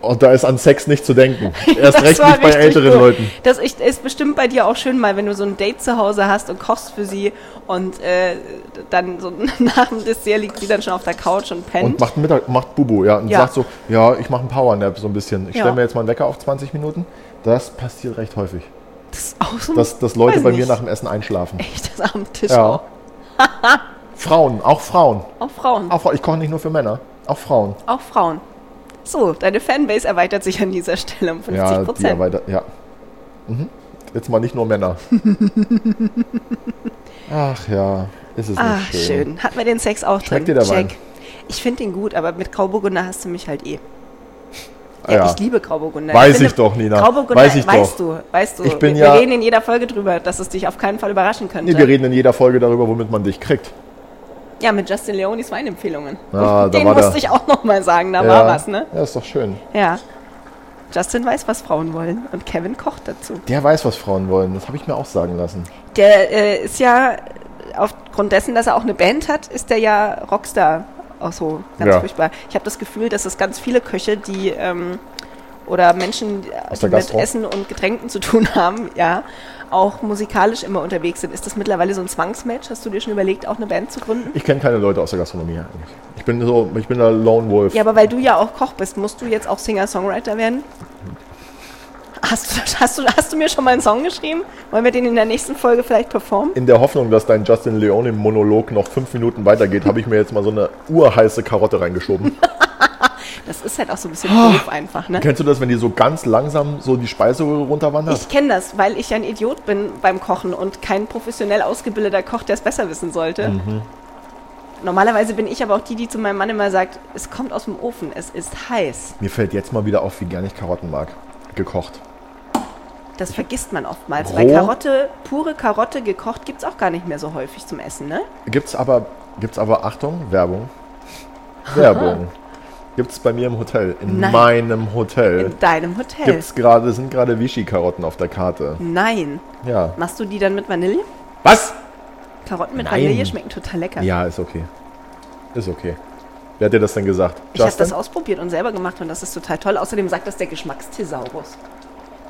S3: Und da ist an Sex nicht zu denken. Erst
S2: Das
S3: recht
S2: war
S3: nicht bei
S2: richtig
S3: älteren
S2: cool.
S3: Leuten.
S2: Das ist, ist bestimmt bei dir auch schön mal, wenn du so ein Date zu Hause hast und kochst für sie und äh, dann so nach dem Dessert liegt sie dann schon auf der Couch und pennt.
S3: Und macht, Mittag, macht Bubu, ja. Und
S2: Ja.
S3: sagt so, ja, ich mache einen Powernap so ein bisschen. Ich
S2: Ja.
S3: stelle mir jetzt mal einen Wecker auf 20 Minuten. Das passiert recht häufig.
S2: das ist auch so ein-
S3: Dass, dass Leute
S2: weiß
S3: bei mir
S2: nicht.
S3: nach dem Essen einschlafen.
S2: Echt, das am Tisch
S3: Ja.
S2: auch.
S3: Frauen, auch Frauen.
S2: Auch Frauen.
S3: Auch, Frau- ich koche nicht nur für Männer. Auch Frauen.
S2: Auch Frauen. So, deine Fanbase erweitert sich an dieser Stelle um 50
S3: Ja, die
S2: Prozent.
S3: Arbeiter, ja. Mhm. Jetzt mal nicht nur Männer. Ach ja, ist es
S2: Ah,
S3: nicht schön.
S2: schön. Hat mir den Sex auch
S3: Schmeckt
S2: drin.
S3: dir der Wein?
S2: Check. Ich finde den gut, aber mit Grauburgunder hast du mich halt eh.
S3: Ah,
S2: Ja,
S3: ja.
S2: Ich liebe Grauburgunder.
S3: Weiß
S2: finde,
S3: ich doch, Nina.
S2: Grauburgunder,
S3: Weiß ich
S2: weißt
S3: doch.
S2: du, weißt du.
S3: Ich bin
S2: wir,
S3: ja-
S2: wir reden in jeder Folge drüber, dass es dich auf keinen Fall überraschen könnte.
S3: Nee, wir reden in jeder Folge darüber, womit man dich kriegt.
S2: ja, mit Justin Leonis Weinempfehlungen.
S3: Ah, da
S2: den
S3: war
S2: musste
S3: der-
S2: ich auch nochmal sagen, da war was, ne?
S3: Ja, ist doch schön.
S2: Ja. Justin weiß, was Frauen wollen und Kevin kocht dazu.
S3: Der weiß, was Frauen wollen. Das habe ich mir auch sagen lassen.
S2: Der äh, ist ja, aufgrund dessen, dass er auch eine Band hat, ist der ja Rockstar. Auch so, ganz
S3: Ja.
S2: furchtbar. Ich habe das Gefühl, dass es ganz viele Köche, die ähm, oder Menschen,
S3: Aus
S2: die
S3: der
S2: mit
S3: Gastro?
S2: Essen und Getränken zu tun haben, ja, auch musikalisch immer unterwegs sind. Ist das mittlerweile so ein Zwangsmatch? Hast du dir schon überlegt, auch eine Band zu gründen?
S3: Ich kenne keine Leute aus der Gastronomie eigentlich. Ich bin so, ich bin der Lone Wolf.
S2: Ja, aber weil du ja auch Koch bist, musst du jetzt auch Singer-Songwriter werden? Hast du, hast, du, hast du mir schon mal einen Song geschrieben? Wollen wir den in der nächsten Folge vielleicht performen?
S3: In der Hoffnung, dass dein Justin Leone-Monolog noch fünf Minuten weitergeht, habe ich mir jetzt mal so eine urheiße Karotte reingeschoben.
S2: Das ist halt auch so ein bisschen
S3: Oh,
S2: doof einfach, ne?
S3: Kennst du das, wenn die so ganz langsam so die Speiseröhre runterwandert?
S2: Ich kenne das, weil ich ein Idiot bin beim Kochen und kein professionell ausgebildeter Koch, der es besser wissen sollte.
S3: Mhm.
S2: Normalerweise bin ich aber auch die, die zu meinem Mann immer sagt, es kommt aus dem Ofen, es ist heiß.
S3: Mir fällt jetzt mal wieder auf, wie gern ich Karotten mag. Gekocht.
S2: Das vergisst man oftmals,
S3: Roh?
S2: weil Karotte, pure Karotte gekocht gibt es auch gar nicht mehr so häufig zum Essen, ne?
S3: Gibt's aber, gibt's aber, Achtung, Werbung. Werbung. Gibt's bei mir im Hotel, in
S2: Nein.
S3: meinem Hotel.
S2: In deinem Hotel.
S3: Gibt's gerade, sind gerade Vichy-Karotten auf der Karte.
S2: Nein.
S3: Ja.
S2: Machst du die dann mit Vanille?
S3: Was?
S2: Karotten mit
S3: Nein.
S2: Vanille schmecken total lecker.
S3: Ja, ist okay. Ist okay. Wer hat dir das denn gesagt?
S2: Ich habe das ausprobiert und selber gemacht und das ist total toll. Außerdem sagt das der Geschmackstesaurus.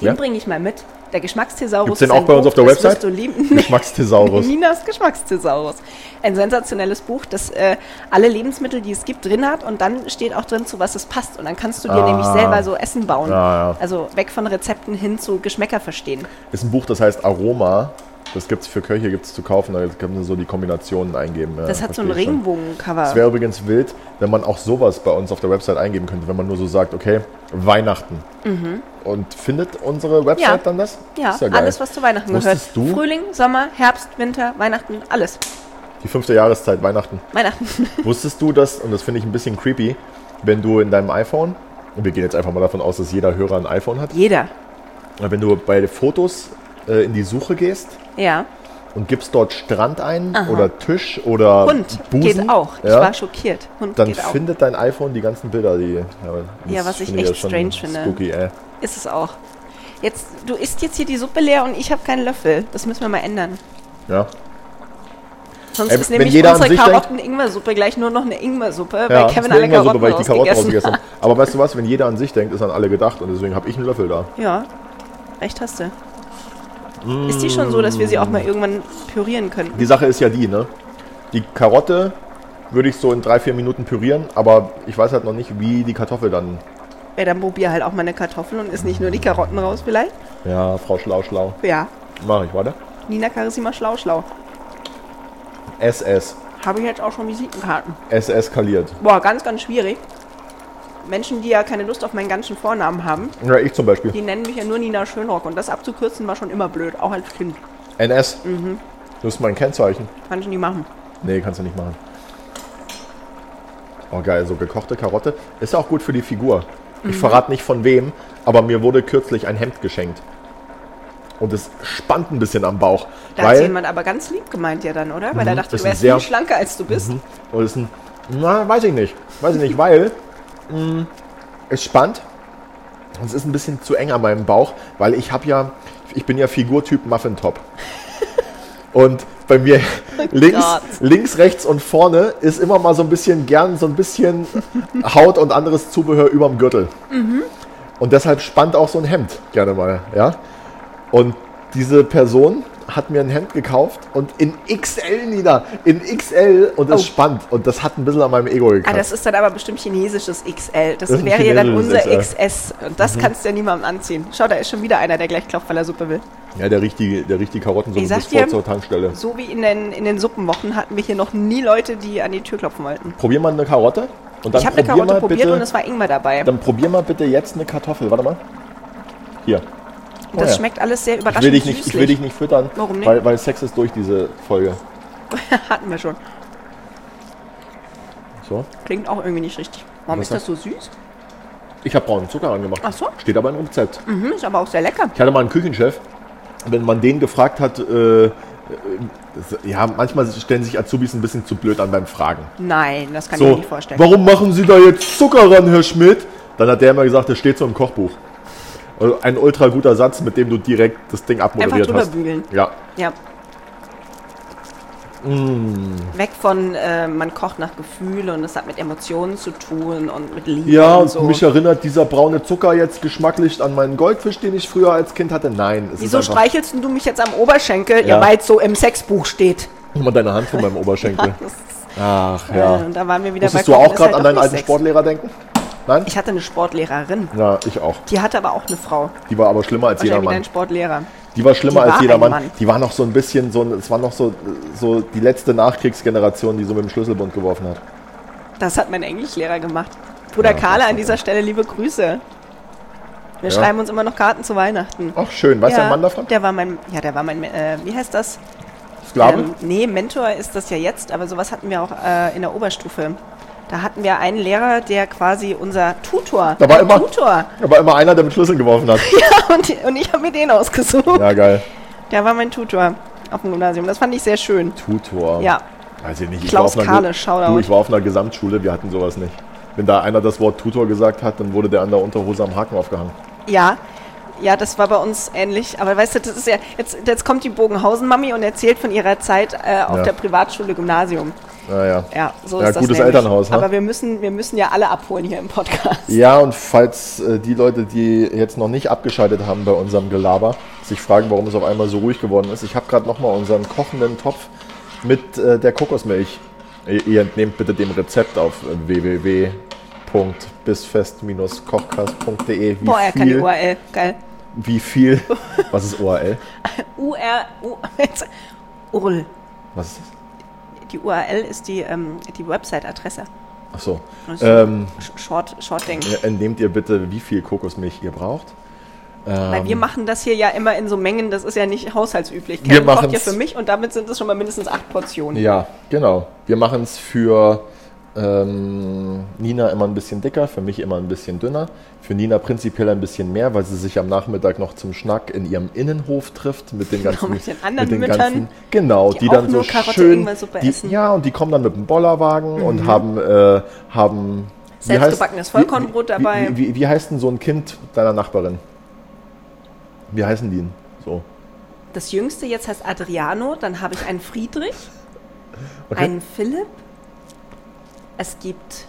S2: Den
S3: Ja?
S2: bringe ich mal mit. Der Geschmackstesaurus.
S3: Gibt's den
S2: ist
S3: auch
S2: ein
S3: bei uns
S2: Buch,
S3: auf der
S2: das wirst
S3: Website?
S2: Du lieben. Nee.
S3: Geschmackstesaurus.
S2: Ninas Geschmackstesaurus. Ein sensationelles Buch, das äh, alle Lebensmittel, die es gibt, drin hat und dann steht auch drin, zu was es passt. Und dann kannst du dir
S3: Ah.
S2: nämlich selber so Essen bauen.
S3: Ja, ja.
S2: Also weg von Rezepten hin zu Geschmäcker verstehen.
S3: Ist ein Buch, das heißt Aroma. Das gibt's für Köche, gibt's zu kaufen. Da kann man so die Kombinationen eingeben. Ja,
S2: Das hat so ein
S3: verstehe ich schon. Es
S2: Regenbogencover.
S3: wäre übrigens wild, wenn man auch sowas bei uns auf der Website eingeben könnte, wenn man nur so sagt, okay, Weihnachten. Und findet unsere Website
S2: Mhm. Ja.
S3: dann das?
S2: Ja,
S3: Ist geil.
S2: alles, was zu Weihnachten
S3: Wusstest
S2: gehört.
S3: Du?
S2: Frühling, Sommer, Herbst, Winter, Weihnachten, alles.
S3: Die fünfte Jahreszeit, Weihnachten.
S2: Weihnachten.
S3: Wusstest du das, und das finde ich ein bisschen creepy, wenn du in deinem iPhone, und wir gehen jetzt einfach mal davon aus, dass jeder Hörer ein iPhone hat,
S2: Jeder.
S3: wenn du bei Fotos äh, in die Suche gehst
S2: Ja.
S3: und gibst dort Strand ein oder Tisch oder
S2: Hund
S3: Busen,
S2: geht auch. Ich
S3: ja,
S2: war schockiert. Hund
S3: dann
S2: geht auch.
S3: findet dein iPhone die ganzen Bilder, die. das
S2: Ja, was ich
S3: finde
S2: echt
S3: schon
S2: strange finde.
S3: Spooky, ey.
S2: Ist es auch. Jetzt, du isst jetzt hier die Suppe leer und ich habe keinen Löffel. Das müssen wir mal ändern.
S3: Ja.
S2: Sonst
S3: Ey,
S2: ist
S3: wenn
S2: nämlich
S3: jeder an
S2: unsere
S3: sich denkt-
S2: Karotten-Ingwer-Suppe gleich nur noch eine Ingwer-Suppe,
S3: ja,
S2: weil
S3: ist
S2: Kevin
S3: eine
S2: alle
S3: Ingwersuppe,
S2: Karotten
S3: weil ich die Karotten
S2: rausgegessen
S3: rausgegessen
S2: hat.
S3: habe. Aber weißt du was, wenn jeder an sich denkt, ist an alle gedacht und deswegen habe ich einen Löffel da.
S2: Ja, recht hast du. Ist die schon so, dass wir sie auch mal irgendwann pürieren könnten?
S3: Die Sache ist ja die, ne? Die Karotte würde ich so in drei, vier Minuten pürieren, aber ich weiß halt noch nicht, wie die Kartoffel dann.
S2: Ja, dann probier halt auch mal eine Kartoffel und isst nicht nur die Karotten raus vielleicht.
S3: Ja, Frau Schlau, Schlau.
S2: Ja,
S3: Mache ich, warte.
S2: Nina Carissima schlau, schlau.
S3: SS.
S2: Habe ich jetzt auch schon Visitenkarten.
S3: Es eskaliert.
S2: Boah, ganz, ganz schwierig. Menschen, die ja keine Lust auf meinen ganzen Vornamen haben,
S3: Ja, ich zum Beispiel.
S2: die nennen mich ja nur Nina Schönrock. Und das abzukürzen war schon immer blöd, auch als Kind.
S3: NS.
S2: Mhm.
S3: Das ist mein Kennzeichen.
S2: Kann ich nie machen.
S3: Nee, kannst du nicht machen. Oh geil, so gekochte Karotte. Ist auch gut für die Figur.
S2: Mhm.
S3: Ich verrate nicht von wem, aber mir wurde kürzlich ein Hemd geschenkt. Und es spannt ein bisschen am Bauch.
S2: Da hat
S3: weil Mhm,
S2: jemand aber ganz lieb gemeint ja dann, oder? Weil er dachte,
S3: das
S2: du
S3: ist
S2: wärst
S3: sehr- Mhm,
S2: viel schlanker, als du bist.
S3: Oder ist ein. Na, weiß ich nicht. Weiß ich nicht, weil. Mh, es spannt. Und es ist ein bisschen zu eng an meinem Bauch, weil ich habe ja. Ich bin ja Figurtyp Muffintop. Und bei mir links,
S2: Gott.
S3: links, rechts und vorne ist immer mal so ein bisschen gern so ein bisschen Haut und anderes Zubehör überm Gürtel. Und deshalb spannt auch so ein Hemd gerne mal, ja. Und diese Person hat mir ein Hemd gekauft und in XL nieder, in XL und es
S2: Oh.
S3: spannt. Und das hat ein bisschen an meinem Ego
S2: Ah, das
S3: gekratzt.
S2: ist dann aber bestimmt chinesisches XL. Das,
S3: Das ist ein
S2: wäre ja dann unser
S3: chinesisches Mhm.
S2: XS. Und das kannst du ja niemandem anziehen. Schau, da ist schon wieder einer, der gleich klopft, weil er Suppe will.
S3: ja, der richtige, der richtige Karottensuppe
S2: Ich sag
S3: bis vor
S2: dir-
S3: zur Tankstelle.
S2: So wie in den, in den Suppenwochen hatten wir hier noch nie Leute, die an die Tür klopfen wollten.
S3: Probier mal eine Karotte und dann
S2: ich habe eine
S3: probier
S2: Karotte
S3: mal
S2: probiert
S3: bitte,
S2: und es war Ingwer dabei.
S3: Dann probier mal bitte jetzt eine Kartoffel. Warte mal. Hier. Oh
S2: das
S3: ja.
S2: schmeckt alles sehr
S3: Ich
S2: überraschend
S3: will, dich nicht, ich will dich
S2: süßlich.
S3: nicht füttern,
S2: Warum nicht?
S3: Weil, weil Sex ist durch diese Folge.
S2: hatten wir schon.
S3: So.
S2: Klingt auch irgendwie nicht richtig. Warum
S3: Was
S2: ist das so süß?
S3: Ich habe braunen Zucker angemacht.
S2: Ach so.
S3: Steht aber im Rezept.
S2: Mhm, ist aber auch sehr lecker.
S3: Ich hatte mal einen Küchenchef, wenn man den gefragt hat, äh, äh, das- ja, manchmal stellen sich Azubis ein bisschen zu blöd an beim Fragen.
S2: Nein, das kann ich mir
S3: So,
S2: nicht vorstellen.
S3: warum machen Sie da jetzt Zucker ran, Herr Schmidt? Dann hat der immer gesagt, das steht so im Kochbuch. Also ein ultra guter Satz, mit dem du direkt das Ding abmoderiert
S2: drüber
S3: hast.
S2: bügeln.
S3: Ja,
S2: Ja.
S3: Mm.
S2: Weg von, äh, man kocht nach Gefühl und das hat mit Emotionen zu tun und mit Liebe
S3: Ja,
S2: und
S3: und
S2: so.
S3: mich erinnert dieser braune Zucker jetzt geschmacklich an meinen Goldfisch, den ich früher als Kind hatte. Nein, es
S2: Wieso
S3: ist einfach
S2: streichelst du mich jetzt am Oberschenkel? Ja,
S3: Ja.
S2: weil es so im Sexbuch steht.
S3: immer deine Hand von meinem Oberschenkel.
S2: Das,
S3: Ach
S2: äh,
S3: ja.
S2: und da waren wir wieder
S3: Musstest
S2: bei
S3: du
S2: Kochen
S3: auch
S2: ist halt
S3: gerade an
S2: doch
S3: deinen
S2: nicht
S3: alten
S2: Sex.
S3: Sportlehrer denken? Nein?
S2: Ich hatte eine Sportlehrerin.
S3: Ja, ich auch.
S2: Die hatte aber auch eine Frau.
S3: Die war aber schlimmer als jeder
S2: Wahrscheinlich wie
S3: Mann.
S2: dein Sportlehrer.
S3: Die war schlimmer
S2: Die war
S3: als jeder
S2: ein
S3: Mann.
S2: Mann.
S3: Die war noch so ein bisschen so, ein- es war noch so, so die letzte Nachkriegsgeneration, die so mit dem Schlüsselbund geworfen hat.
S2: Das hat mein Englischlehrer gemacht. Bruder
S3: Ja,
S2: Karle,
S3: das
S2: an dieser Stelle liebe Grüße. Wir
S3: Ja.
S2: schreiben uns immer noch Karten zu Weihnachten.
S3: Ach schön, weiß
S2: ja,
S3: der Mann davon?
S2: Der war mein, ja, der war mein, äh, wie heißt das?
S3: Sklave?
S2: Ähm, nee, Mentor ist das ja jetzt, aber sowas hatten wir auch äh, in der Oberstufe. Da hatten wir einen Lehrer, der quasi unser Tutor.
S3: Da war immer-
S2: Tutor.
S3: Aber immer einer, der mit Schlüsseln geworfen hat.
S2: Und, und ich habe mir den ausgesucht.
S3: Ja, geil.
S2: Der war mein Tutor auf dem Gymnasium. Das fand ich sehr schön.
S3: Tutor.
S2: Ja.
S3: Weiß ich nicht. Ich
S2: Klaus
S3: war auf einer
S2: Kahle,
S3: Ge-
S2: Shoutout.
S3: Du, ich war auf einer Gesamtschule, wir hatten sowas nicht. Wenn da einer das Wort Tutor gesagt hat, dann wurde der an der Unterhose am Haken aufgehangen.
S2: Ja. Ja, das war bei uns ähnlich. Aber weißt du, das ist ja. Jetzt, jetzt kommt die Bogenhausen-Mami und erzählt von ihrer Zeit äh, auf
S3: Ja.
S2: der Privatschule Gymnasium.
S3: Naja.
S2: Ja, so
S3: ja,
S2: ist das.
S3: gutes
S2: nämlich.
S3: Elternhaus, ne?
S2: Aber wir müssen, wir müssen ja alle abholen hier im Podcast.
S3: Ja, und falls äh, die Leute, die jetzt noch nicht abgeschaltet haben bei unserem Gelaber, sich fragen, warum es auf einmal so ruhig geworden ist, ich habe gerade nochmal unseren kochenden Topf mit äh, der Kokosmilch. Ihr, ihr entnehmt bitte dem Rezept auf äh, www.bisfest-kochkast.de. Wie
S2: Boah, er kann die
S3: viel,
S2: URL. Geil.
S3: wie viel, was ist ORL?
S2: UR. U- jetzt- URL.
S3: Was ist das?
S2: Die URL ist die, ähm, die Website-Adresse.
S3: Ach so.
S2: Das ist
S3: Ähm,
S2: Sh- Short, Short Ding.
S3: entnehmt ihr bitte, wie viel Kokosmilch ihr braucht.
S2: Weil wir machen das hier ja immer in so Mengen, das ist ja nicht haushaltsüblich.
S3: Wir
S2: Kevin kocht ja
S3: machen's-
S2: für mich und damit sind es schon mal mindestens acht Portionen.
S3: Ja, genau. Wir machen es für ähm, Nina immer ein bisschen dicker, für mich immer ein bisschen dünner. Für Nina prinzipiell ein bisschen mehr, weil sie sich am Nachmittag noch zum Schnack in ihrem Innenhof trifft mit den ganzen
S2: Genau, mit den anderen Müttern,
S3: genau, die,
S2: die auch
S3: dann so
S2: nur Karotte,
S3: schön,
S2: Ingwersuppe
S3: die,
S2: essen. Mhm.
S3: ja, und die kommen dann mit dem Bollerwagen und haben äh, haben wie heißt-
S2: Selbstgebackenes Vollkornbrot
S3: wie, wie,
S2: dabei.
S3: Wie, wie, wie heißt denn so ein Kind deiner Nachbarin? Wie heißen die denn? So.
S2: Das jüngste jetzt heißt Adriano, dann habe ich einen Friedrich,
S3: Okay.
S2: einen Philipp. Es gibt.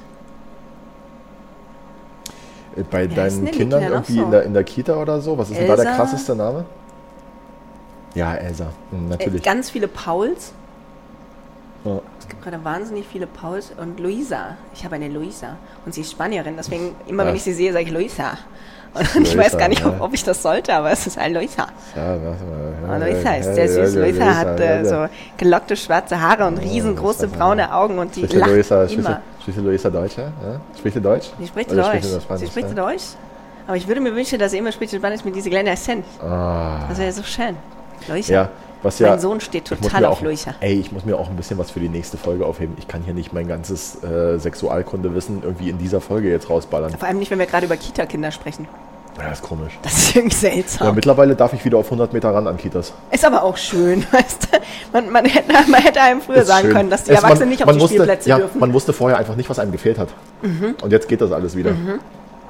S3: Äh, Bei
S2: heißen
S3: deinen
S2: denn die Kinder
S3: Kindern
S2: noch
S3: irgendwie in,
S2: so?
S3: der, in der Kita oder so? Was ist denn da der
S2: Elsa?
S3: krasseste Name? Ja, Elsa, Hm,
S2: äh,
S3: natürlich. Oh,
S2: Ganz viele Pauls.
S3: Ja.
S2: Es gibt gerade wahnsinnig viele Pauls und Luisa. Ich habe eine Luisa und sie ist Spanierin, deswegen immer wenn
S3: Ja.
S2: ich sie sehe, sage ich Luisa. Und ich
S3: Luisa,
S2: weiß gar nicht, ob,
S3: ne?
S2: ob ich das sollte, aber es ist ein Luisa.
S3: Ja, warte mal.
S2: Und
S3: Ja,
S2: Oh, Luisa
S3: ja,
S2: ist sehr
S3: ja,
S2: süß.
S3: ja,
S2: Luisa hat äh,
S3: Luisa.
S2: so gelockte schwarze Haare und riesengroße
S3: das weiß
S2: braune Augen und die
S3: Spricht die
S2: lacht
S3: Luisa, spricht
S2: immer.
S3: die- spricht die Luisa Deutsch? Ja? Ja? Spricht die Deutsch?
S2: Sie spricht
S3: Oder
S2: Deutsch.
S3: nur Spanisch,
S2: Sie spricht
S3: ja?
S2: Deutsch. Aber ich würde mir wünschen, dass sie immer spricht Spanisch mit dieser kleinen Accent.
S3: Ah,
S2: Das wäre so schön. Luisa.
S3: ja, was ja.
S2: Also, Mein Sohn steht
S3: ich muss
S2: total
S3: mir
S2: auf
S3: auch,
S2: Luisa.
S3: Ey, ich muss mir auch ein bisschen was für die nächste Folge aufheben. Ich kann hier nicht mein ganzes äh, Sexualkundewissen irgendwie in dieser Folge jetzt rausballern.
S2: Vor allem nicht, wenn wir gerade über Kita-Kinder sprechen.
S3: Ja, ist komisch.
S2: Das ist irgendwie
S3: Ja,
S2: seltsam.
S3: mittlerweile darf ich wieder auf 100 Meter ran an Kitas.
S2: ist aber auch schön, weißt du? Man, man, hätte, man hätte einem früher
S3: Ist
S2: sagen
S3: schön.
S2: können, dass die
S3: Es- man-
S2: Erwachsenen nicht auf
S3: man
S2: die
S3: wusste-
S2: Spielplätze
S3: ja,
S2: dürfen. Mhm.
S3: Man wusste vorher einfach nicht, was einem gefehlt hat. Und jetzt geht das alles wieder.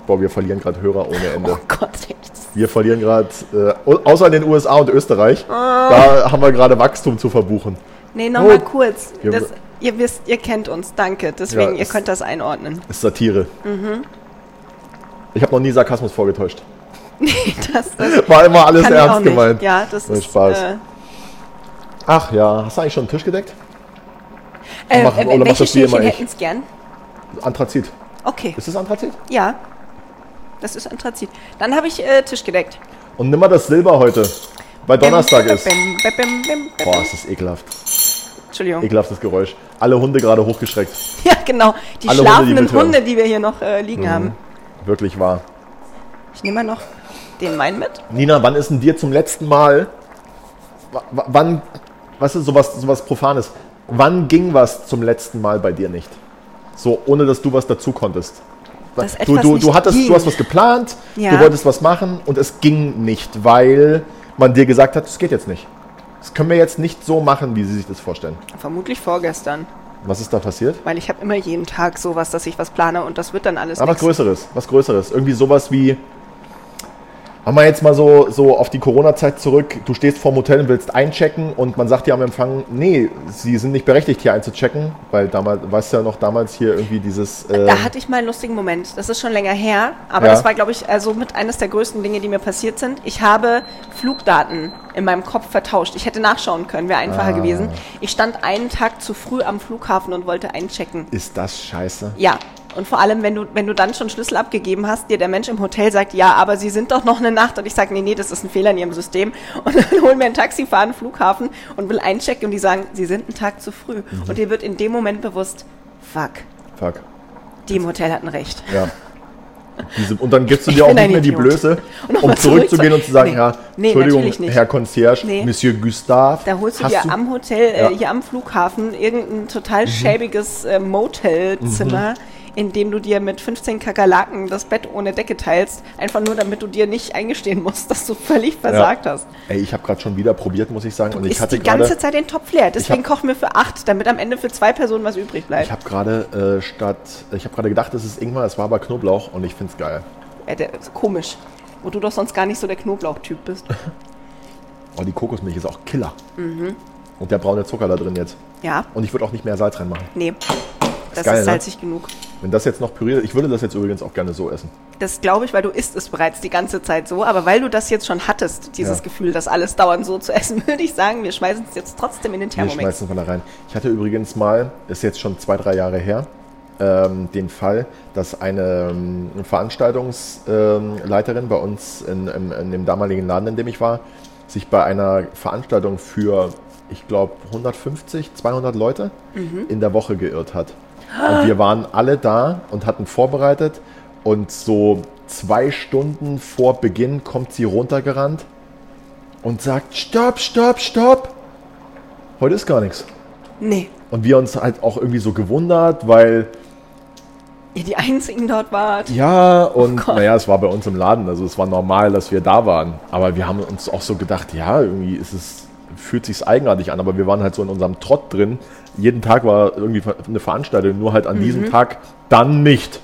S3: Boah, wir verlieren gerade Hörer ohne
S2: oh
S3: Ende.
S2: Gott, echt.
S3: Wir verlieren gerade, äh, au- außer in den USA und
S2: Oh.
S3: Österreich, da haben wir gerade Wachstum zu verbuchen.
S2: Nee, nochmal
S3: Oh.
S2: kurz.
S3: Ja,
S2: Das, ihr wisst, ihr kennt uns, danke. Deswegen, ihr
S3: ist-
S2: könnt das einordnen.
S3: Ist Satire.
S2: Mhm.
S3: Ich habe noch nie Sarkasmus vorgetäuscht.
S2: Das, das
S3: War immer alles
S2: kann ich auch
S3: ernst
S2: nicht.
S3: gemeint.
S2: Ja, das
S3: Nur
S2: ist
S3: Spaß.
S2: Äh,
S3: Ach ja, hast du eigentlich schon einen Tisch gedeckt?
S2: äh,
S3: Mach-
S2: äh,
S3: oder mach
S2: welche
S3: das wie immer
S2: Schälchen
S3: ich.
S2: hätten es gern?
S3: Anthrazit.
S2: Okay,
S3: Ist es Anthrazit?
S2: ja. Das ist Anthrazit. Dann habe ich äh, Tisch gedeckt.
S3: Und nimm mal das Silber heute, weil Donnerstag
S2: Bim,
S3: ist.
S2: bim, bim, bim, bim, bim.
S3: Boah, ist das ekelhaft.
S2: Entschuldigung.
S3: Ekelhaftes Geräusch. Alle Hunde gerade hochgeschreckt.
S2: Ja, genau. Die
S3: Alle Hunde, die
S2: schlafenden
S3: mithören.
S2: Hunde, die wir hier noch äh,
S3: Mhm.
S2: liegen haben.
S3: Wirklich wahr.
S2: Ich nehme mal noch den Wein mit.
S3: Nina, wann ist denn dir zum letzten Mal, w- w- wann, was ist sowas, sowas Profanes, wann ging was zum letzten Mal bei dir nicht? So, ohne dass du was dazu konntest.
S2: Dass
S3: Du,
S2: etwas
S3: du,
S2: nicht
S3: du, hattest,
S2: ging.
S3: du hast was geplant,
S2: Ja.
S3: du wolltest was machen und es ging nicht, weil man dir gesagt hat, es geht jetzt nicht. Das können wir jetzt nicht so machen, wie sie sich das vorstellen.
S2: Vermutlich vorgestern.
S3: Was ist da passiert?
S2: Weil ich habe immer jeden Tag sowas, dass ich was plane und das wird dann alles
S3: Ah, was
S2: nichts.
S3: Größeres, was Größeres. Irgendwie sowas wie, Haben wir jetzt mal so, so auf die Corona-Zeit zurück. Du stehst vorm Hotel und willst einchecken und man sagt dir am Empfang, nee, sie sind nicht berechtigt, hier einzuchecken, weil damals, weißt du ja noch, damals hier irgendwie dieses. äh,
S2: Da hatte ich mal einen lustigen Moment. Das ist schon länger her, aber
S3: Ja.
S2: das war, glaube ich, also mit eines der größten Dinge, die mir passiert sind. Ich habe Flugdaten in meinem Kopf vertauscht. Ich hätte nachschauen können, wäre
S3: Ah.
S2: einfacher gewesen. Ich stand einen Tag zu früh am Flughafen und wollte einchecken.
S3: ist das scheiße?
S2: Ja. Und vor allem, wenn du, wenn du dann schon Schlüssel abgegeben hast, dir der Mensch im Hotel sagt, ja, aber sie sind doch noch eine Nacht. Und ich sage, nee, nee, das ist ein Fehler in ihrem System. Und dann holen wir ein Taxi, fahren Flughafen und will einchecken und die sagen, sie sind einen Tag zu früh.
S3: Mhm.
S2: Und dir wird in dem Moment bewusst, fuck,
S3: Fuck.
S2: die im Hotel hatten recht.
S3: Ja. Diese, und dann gibst du
S2: Ich
S3: dir
S2: bin
S3: auch nicht mehr
S2: ein
S3: die
S2: Idiot.
S3: Blöße,
S2: Und noch
S3: um
S2: mal
S3: zurückzugehen
S2: zurück-
S3: und zu sagen,
S2: Nee.
S3: ja,
S2: Nee,
S3: Entschuldigung,
S2: natürlich nicht.
S3: Herr Concierge,
S2: Nee.
S3: Monsieur Gustave.
S2: Da holst du
S3: hast
S2: dir am Hotel, äh,
S3: Ja. Mhm.
S2: hier am Flughafen, irgendein total schäbiges äh, Motelzimmer, in dem du dir mit 15 Kakerlaken das Bett ohne Decke teilst, einfach nur damit du dir nicht eingestehen musst, dass du völlig versagt hast.
S3: Ey, ich habe gerade schon wieder probiert, muss ich sagen. und ich
S2: Ist
S3: hatte
S2: die ganze
S3: gerade,
S2: Zeit den Topf leer. Deswegen
S3: hab-
S2: kochen wir für acht, damit am Ende für zwei Personen was übrig bleibt.
S3: ich habe gerade äh, statt, ich habe gerade gedacht, es ist Ingwer, es war aber Knoblauch und ich find's geil.
S2: Äh, der, ist komisch. Wo du doch sonst gar nicht so der Knoblauchtyp bist.
S3: Oh, die Kokosmilch ist auch Killer. Und der braune Zucker da drin jetzt.
S2: Ja,
S3: Und ich würde auch nicht mehr Salz reinmachen.
S2: nee. Das ist,
S3: geil, ne?
S2: salzig genug.
S3: Wenn das jetzt noch püriert, ich würde das jetzt übrigens auch gerne so essen.
S2: Das glaube ich, weil du isst es bereits die ganze Zeit so. Aber weil du das jetzt schon hattest, dieses
S3: Ja.
S2: Gefühl, das alles dauernd so zu essen, würde ich sagen, wir schmeißen es jetzt trotzdem in den
S3: Wir
S2: Thermomix.
S3: schmeißen von da rein. Ich hatte übrigens mal, ist jetzt schon zwei, drei Jahre her, ähm, den Fall, dass eine ähm, Veranstaltungsleiterin ähm, Leiterin bei uns in, in, in dem damaligen Laden, in dem ich war, sich bei einer Veranstaltung für, ich glaube, 150, 200 Leute in der Woche geirrt hat. Und wir waren alle da und hatten vorbereitet und so zwei Stunden vor Beginn kommt sie runtergerannt und sagt, stopp, stopp, stopp. Heute ist gar nichts.
S2: Nee.
S3: Und wir uns halt auch irgendwie so gewundert, weil
S2: Ihr die einzigen dort wart.
S3: ja und
S2: Oh Gott.
S3: naja, es war bei uns im Laden, also es war normal, dass wir da waren. Aber wir haben uns auch so gedacht, ja, irgendwie ist es, fühlt sich eigenartig an, aber wir waren halt so in unserem Trott drin. Jeden Tag war irgendwie ver- eine Veranstaltung, nur halt an diesem Tag dann nicht.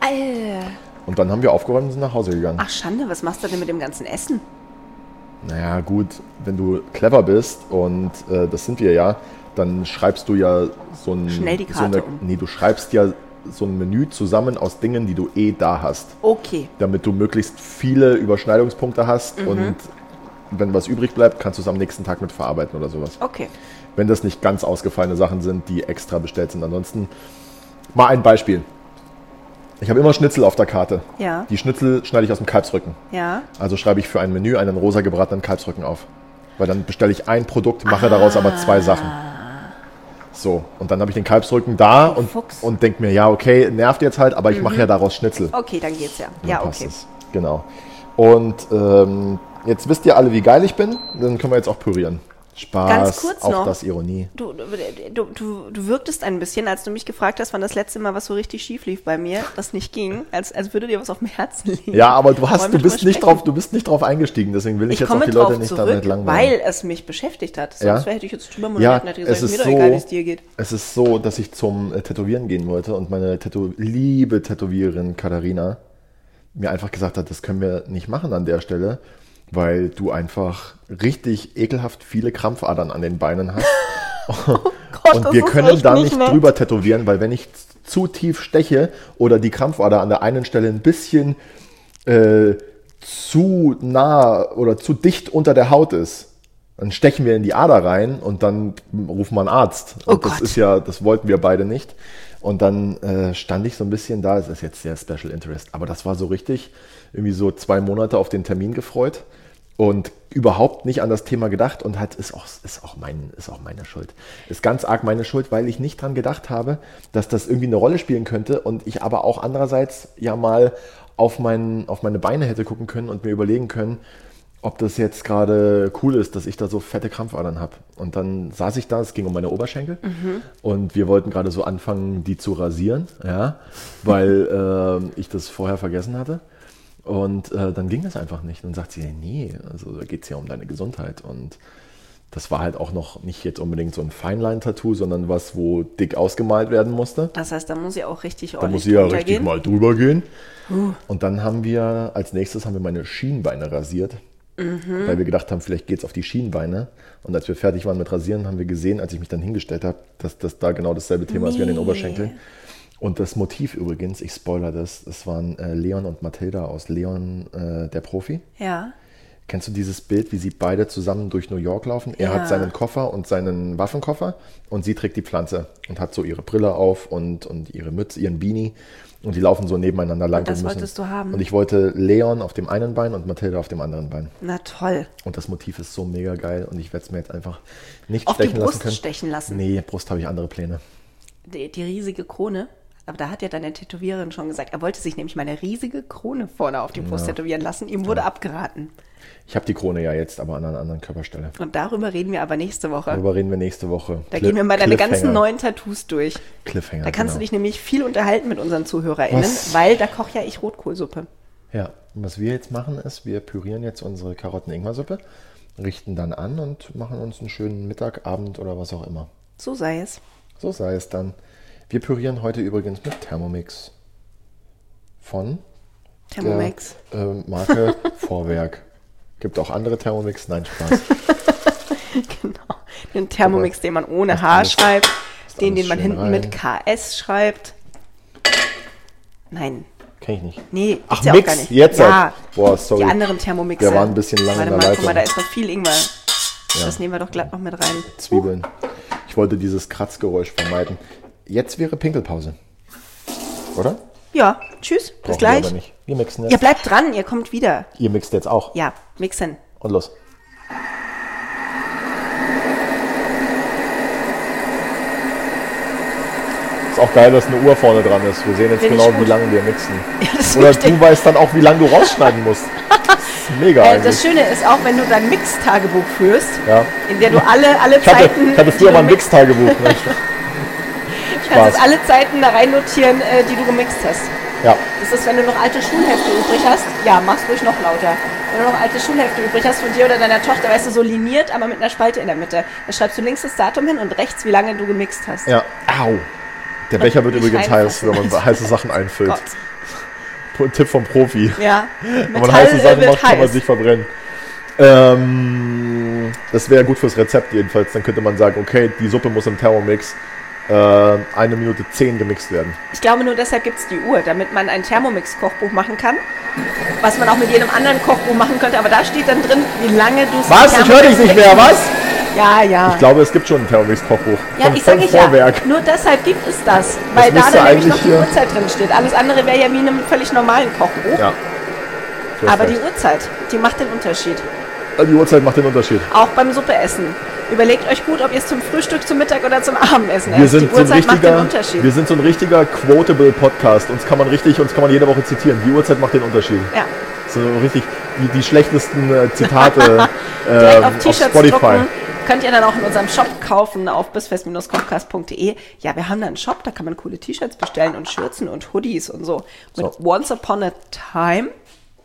S2: Mhm. Alter.
S3: Und dann haben wir aufgeräumt und sind nach Hause gegangen.
S2: Ach Schande, was machst du denn mit dem ganzen Essen?
S3: Naja, gut, wenn du clever bist und äh, das sind wir ja, dann schreibst du ja so ein.
S2: Schnell die
S3: so eine,
S2: Karte um.
S3: Nee, du schreibst ja so ein Menü zusammen aus Dingen, die du eh da hast,
S2: Okay.
S3: damit du möglichst viele Überschneidungspunkte hast
S2: Mhm.
S3: und wenn was übrig bleibt, kannst du es am nächsten Tag mit verarbeiten oder sowas.
S2: Okay.
S3: Wenn das nicht ganz ausgefallene Sachen sind, die extra bestellt sind. Ansonsten mal ein Beispiel. Ich habe immer Schnitzel auf der Karte.
S2: Ja.
S3: Die Schnitzel schneide ich aus dem Kalbsrücken.
S2: Ja.
S3: Also schreibe ich für ein Menü einen rosa gebratenen Kalbsrücken auf. Weil dann bestelle ich ein Produkt, mache daraus aber
S2: Ah.
S3: zwei Sachen. So, und dann habe ich den Kalbsrücken da und,
S2: Fuchs.
S3: und denke mir, ja, okay, nervt jetzt halt, aber ich mache ja daraus Schnitzel.
S2: Okay, dann geht's ja.
S3: Dann
S2: ja,
S3: passt
S2: okay.
S3: es. Genau. Und ähm, jetzt wisst ihr alle, wie geil ich bin. Dann können wir jetzt auch pürieren. Spaß,
S2: Ganz kurz
S3: auch
S2: noch.
S3: das Ironie.
S2: Du, du, du, du wirktest ein bisschen, als du mich gefragt hast, wann das letzte Mal was so richtig schief lief bei mir, das nicht ging, als, als würde dir was auf dem Herzen liegen.
S3: Ja, aber du hast,
S2: Wollen
S3: du
S2: wir
S3: bist
S2: drüber
S3: nicht
S2: sprechen?
S3: drauf, du bist nicht drauf eingestiegen, deswegen will ich,
S2: Ich
S3: jetzt auch
S2: komme
S3: die
S2: drauf
S3: Leute nicht
S2: zurück,
S3: damit langweilen.
S2: weil es mich beschäftigt hat. Sonst hätte ich jetzt drüber moderiert
S3: ja,
S2: und hätte gesagt,
S3: es ist
S2: mir doch
S3: so,
S2: egal, wie es dir geht.
S3: es ist so, dass ich zum äh, Tätowieren gehen wollte und meine Tätow liebe Tätowiererin Katharina mir einfach gesagt hat, das können wir nicht machen an der Stelle, weil du einfach richtig ekelhaft viele Krampfadern an den Beinen hast.
S2: Gott,
S3: und
S2: das
S3: wir
S2: ist
S3: können
S2: echt
S3: da
S2: nicht
S3: nicht
S2: nett.
S3: drüber tätowieren, weil wenn ich zu tief steche oder die Krampfader an der einen Stelle ein bisschen äh, zu nah oder zu dicht unter der Haut ist, dann stechen wir in die Ader rein und dann ruft man Arzt. Und
S2: Oh
S3: das
S2: Gott.
S3: ist ja, das wollten wir beide nicht. Und dann äh, stand ich so ein bisschen da, es ist jetzt sehr Special Interest, aber das war so richtig, irgendwie so zwei Monate auf den Termin gefreut und überhaupt nicht an das Thema gedacht und halt ist auch, ist auch, mein, ist auch meine Schuld. Ist ganz arg meine Schuld, weil ich nicht dran gedacht habe, dass das irgendwie eine Rolle spielen könnte und ich aber auch andererseits ja mal auf, mein, auf meine Beine hätte gucken können und mir überlegen können, ob das jetzt gerade cool ist, dass ich da so fette Krampfadern habe. Und dann saß ich da, es ging um meine Oberschenkel und wir wollten gerade so anfangen, die zu rasieren, ja, weil ähm, ich das vorher vergessen hatte. Und äh, dann ging das einfach nicht. Und dann sagt sie, nee, also da geht es ja um deine Gesundheit. Und das war halt auch noch nicht jetzt unbedingt so ein Feinline-Tattoo, sondern was, wo dick ausgemalt werden musste.
S2: Das heißt, da muss ich auch richtig
S3: Da
S2: ordentlich
S3: muss ich ja
S2: drunter
S3: richtig
S2: gehen. Uh.
S3: mal drüber gehen. Und dann haben wir, als nächstes haben wir meine Schienbeine rasiert.
S2: Mhm.
S3: Weil wir gedacht haben, vielleicht geht's auf die Schienbeine. Und als wir fertig waren mit Rasieren, haben wir gesehen, als ich mich dann hingestellt habe, dass das da genau dasselbe Thema ist wie an den Oberschenkeln. Und das Motiv übrigens, ich spoiler das, das waren äh, Leon und Mathilda aus Leon, äh, der Profi.
S2: Ja.
S3: Kennst du dieses Bild, wie sie beide zusammen durch New York laufen? Er
S2: Ja.
S3: hat seinen Koffer und seinen Waffenkoffer und sie trägt die Pflanze und hat so ihre Brille auf und, und ihre Mütze, ihren Beanie und die laufen so nebeneinander lang.
S2: das
S3: und müssen,
S2: wolltest du haben.
S3: Und ich wollte Leon auf dem einen Bein und Mathilda auf dem anderen Bein.
S2: Na toll.
S3: Und das Motiv ist so mega geil und ich werde es mir jetzt einfach nicht
S2: Auf die
S3: stechen lassen
S2: Brust
S3: können.
S2: stechen lassen.
S3: Nee, Brust habe ich andere Pläne.
S2: Die, die riesige Krone. Aber da hat ja deine Tätowiererin schon gesagt, er wollte sich nämlich mal eine riesige Krone vorne auf die Brust tätowieren lassen. Ihm wurde abgeraten.
S3: Ich habe die Krone ja jetzt, aber an einer anderen Körperstelle.
S2: Und darüber reden wir aber nächste Woche.
S3: Darüber reden wir nächste Woche.
S2: da
S3: Cli-
S2: gehen wir mal deine ganzen
S3: Cliffhanger.
S2: neuen Tattoos durch.
S3: Cliffhanger.
S2: Da kannst
S3: genau.
S2: du dich nämlich viel unterhalten mit unseren ZuhörerInnen,
S3: Was?
S2: weil da koche ja ich Rotkohlsuppe.
S3: Ja, was wir jetzt machen ist, wir pürieren jetzt unsere Karotten-Ingwer-Suppe, richten dann an und machen uns einen schönen Mittag, Abend oder was auch immer.
S2: So sei es.
S3: So sei es dann. Wir pürieren heute übrigens mit Thermomix von
S2: Thermomix.
S3: der ähm, Marke Vorwerk. Gibt auch andere Thermomix, nein, Spaß.
S2: Genau. Den Thermomix, den man ohne
S3: Ist
S2: H
S3: alles-
S2: schreibt,
S3: ist
S2: den,
S3: alles
S2: den man
S3: schön
S2: hinten mit KS schreibt. Nein.
S3: Kenn ich nicht.
S2: Nee, gibt's
S3: Ach,
S2: ja
S3: Mix,
S2: auch gar nicht.
S3: jetzt
S2: ja,
S3: halt. Boah, sorry.
S2: Die anderen Thermomixer.
S3: Wir waren ein bisschen lang
S2: Warte
S3: in der
S2: mal, guck mal, da
S3: Leitung.
S2: ist noch viel Ingwer. Das nehmen wir doch glatt noch mit rein.
S3: Zwiebeln. Ich wollte dieses Kratzgeräusch vermeiden. Jetzt wäre Pinkelpause. Oder?
S2: Ja, tschüss, bis
S3: Brauchen Wir,
S2: gleich.
S3: aber nicht. wir mixen
S2: Ihr
S3: jetzt.
S2: bleibt dran, ihr kommt wieder.
S3: Ihr mixt jetzt auch.
S2: Ja, mixen.
S3: Und los. Ist auch geil, dass eine Uhr vorne dran ist. Wir sehen jetzt
S2: Finde ich
S3: genau,
S2: gut.
S3: wie lange wir mixen.
S2: das ist
S3: Oder
S2: richtig.
S3: du weißt dann auch, wie lange du rausschneiden musst. Das ist mega
S2: Äh, das
S3: eigentlich.
S2: Schöne ist auch, wenn du dein Mix-Tagebuch führst,
S3: Ja.
S2: in der du alle, alle
S3: Ich hatte,
S2: Zeiten,
S3: ich hatte
S2: die
S3: früher
S2: du
S3: mal ein
S2: mixt-
S3: Mix-Tagebuch. Ne?
S2: kannst
S3: Spaß.
S2: alle Zeiten da rein notieren, äh, die du gemixt hast.
S3: Ja,
S2: Das ist, wenn du noch alte Schulhefte übrig hast, ja, mach's ruhig noch lauter. Wenn du noch alte Schulhefte übrig hast von dir oder deiner Tochter, weißt du, so liniert, aber mit einer Spalte in der Mitte. Da schreibst du links das Datum hin und rechts, wie lange du gemixt hast.
S3: ja. Au. Der Becher wird
S2: Nicht Oh
S3: übrigens heiß,
S2: reinfassen.
S3: wenn man heiße Sachen einfüllt.
S2: Gott.
S3: Tipp vom Profi.
S2: Ja,
S3: Wenn man heiße
S2: äh,
S3: Sachen
S2: wird
S3: macht, kann man
S2: heiß.
S3: sich verbrennen. Ähm, das wäre gut fürs Rezept jedenfalls. Dann könnte man sagen, okay, die Suppe muss im Thermomix äh, eine Minute zehn gemixt werden.
S2: Ich glaube, nur deshalb gibt's die Uhr, damit man ein Thermomix-Kochbuch machen kann. Was man auch mit jedem anderen Kochbuch machen könnte, aber da steht dann drin, wie lange du
S3: Was? Ich höre dich nicht mehr, was?
S2: Ja, ja.
S3: Ich glaube, es gibt schon ein Thermomix-Kochbuch.
S2: Ja,
S3: Von-
S2: ich
S3: von
S2: sage ich ja.
S3: Vorwerk.
S2: Nur deshalb gibt es das, weil da dann
S3: müsste
S2: nämlich
S3: eigentlich
S2: noch die
S3: hier-
S2: Uhrzeit drin steht. Alles andere wäre ja wie in einem völlig normalen Kochbuch.
S3: Ja. Du hast
S2: aber die
S3: recht.
S2: Uhrzeit, die macht den Unterschied.
S3: die Uhrzeit macht den Unterschied.
S2: Auch beim Suppeessen. Überlegt euch gut, ob ihr es zum Frühstück, zum Mittag oder zum Abendessen
S3: Wir
S2: esst.
S3: sind,
S2: die
S3: so ein
S2: Uhrzeit macht den
S3: richtiger,
S2: Unterschied.
S3: wir sind so ein richtiger quotable Podcast. Uns kann man richtig, uns kann man jede Woche zitieren. Die Uhrzeit macht den Unterschied.
S2: Ja.
S3: So richtig die, die schlechtesten äh, Zitate
S2: Direkt
S3: ähm,
S2: auf
S3: auf,
S2: T-Shirts
S3: Spotify.
S2: drucken. Könnt ihr dann auch in unserem Shop kaufen auf bisfest-kochkast.de. Ja, wir haben da einen Shop, da kann man coole T-Shirts bestellen und Schürzen und Hoodies und so. Mit
S3: So.
S2: Once Upon a Time.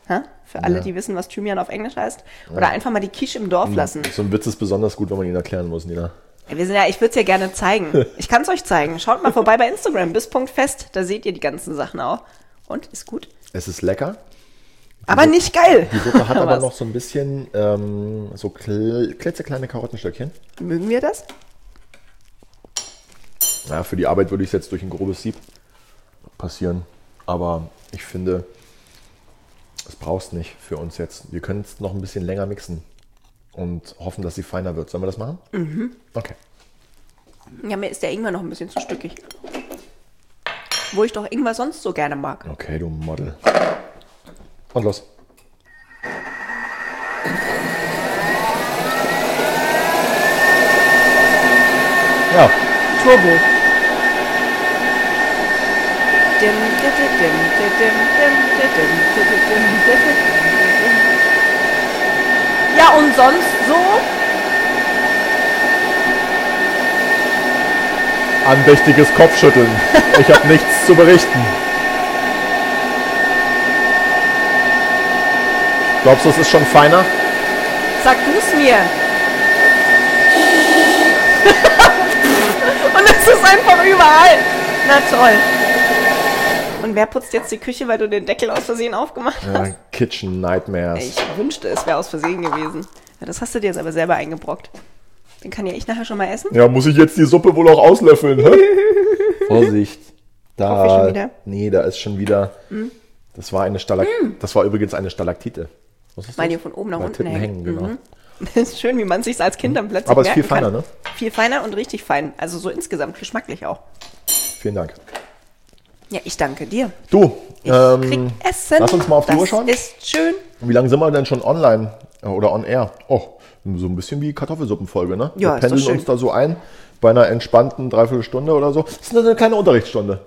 S2: Hä? Für alle,
S3: Ja. Mhm.
S2: die wissen, was Thymian auf Englisch heißt. Oder einfach mal die Quiche im Dorf lassen.
S3: So ein Witz ist besonders gut, wenn man ihn erklären muss, Nina.
S2: Ey, Wir sind ja, ich würde es ja gerne zeigen. Ich kann es euch zeigen. Schaut mal vorbei bei Instagram, bis.fest. Da seht ihr die ganzen Sachen auch. Und ist gut.
S3: Es ist lecker.
S2: Aber nicht geil.
S3: Die Suppe hat aber
S2: Was?
S3: noch so ein bisschen ähm, so kl klitzekleine Karottenstöckchen.
S2: Mögen wir das?
S3: Ja, für die Arbeit würde ich es jetzt durch ein grobes Sieb passieren. Aber ich finde, es brauchst nicht für uns jetzt. Wir können es noch ein bisschen länger mixen und hoffen, dass sie feiner wird. Sollen wir das machen? Mhm. Okay.
S2: Ja, mir ist der Ingwer noch ein bisschen zu stückig. Wo ich doch Ingwer sonst so gerne mag.
S3: Okay, du Model. Und los. Ja,
S2: Turbo. Dim, dim, dim, dim, dim, dim, dim, dim, dim, dim, dim, dim. Ja, und sonst so?
S3: andächtiges Kopfschütteln. Ich habe nichts zu berichten. Glaubst du, es ist schon feiner?
S2: Sag du's mir. Na toll. Und wer putzt jetzt die Küche, weil du den Deckel aus Versehen aufgemacht hast?
S3: Ja, Kitchen Nightmares.
S2: Ey, Ich wünschte, es wäre aus Versehen gewesen. Ja, das hast du dir jetzt aber selber eingebrockt. Den kann ja ich nachher schon mal essen.
S3: Ja, muss ich jetzt die Suppe wohl auch auslöffeln, hä? Vorsicht.
S2: Hoffe ich schon
S3: Da,
S2: wieder. Hm?
S3: nee, da ist schon wieder. Das war eine Stalak Das war übrigens eine Stalaktite. Was ist
S2: Weil die
S3: das?
S2: Hm. von oben nach
S3: Bei
S2: unten
S3: Titten
S2: hängen. Mhm.
S3: hängen. genau.
S2: Das ist schön, wie man sich als Kind dann plötzlich
S3: Aber ist viel
S2: merken
S3: feiner,
S2: kann.
S3: ne?
S2: Viel feiner und richtig fein. Also so insgesamt geschmacklich auch.
S3: Vielen Dank.
S2: Ja, ich danke dir.
S3: Du,
S2: Ich
S3: ähm,
S2: krieg Essen.
S3: lass uns mal auf die
S2: das
S3: Uhr schauen.
S2: ist schön.
S3: wie lange sind wir denn schon online äh, oder on air? Oh, so ein bisschen wie Kartoffelsuppenfolge, ne?
S2: Ja, ist
S3: wir
S2: doch
S3: pendeln
S2: schön.
S3: uns da so ein bei einer entspannten Dreiviertelstunde oder so. Das ist nur eine kleine Unterrichtsstunde.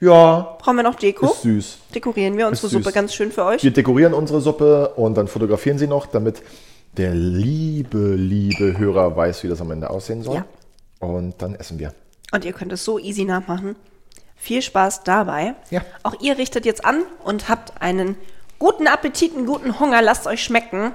S3: Ja,
S2: Brauchen wir noch Deko?
S3: ist süß.
S2: Dekorieren wir unsere
S3: Ist süß.
S2: Suppe ganz schön für euch.
S3: Wir dekorieren unsere Suppe und dann fotografieren sie noch, damit der liebe, liebe Hörer weiß, wie das am Ende aussehen soll.
S2: Ja.
S3: Und dann essen wir.
S2: Und ihr könnt es so easy nachmachen. Viel Spaß dabei.
S3: Ja.
S2: Auch ihr richtet jetzt an und habt einen guten Appetit, einen guten Hunger. Lasst euch schmecken.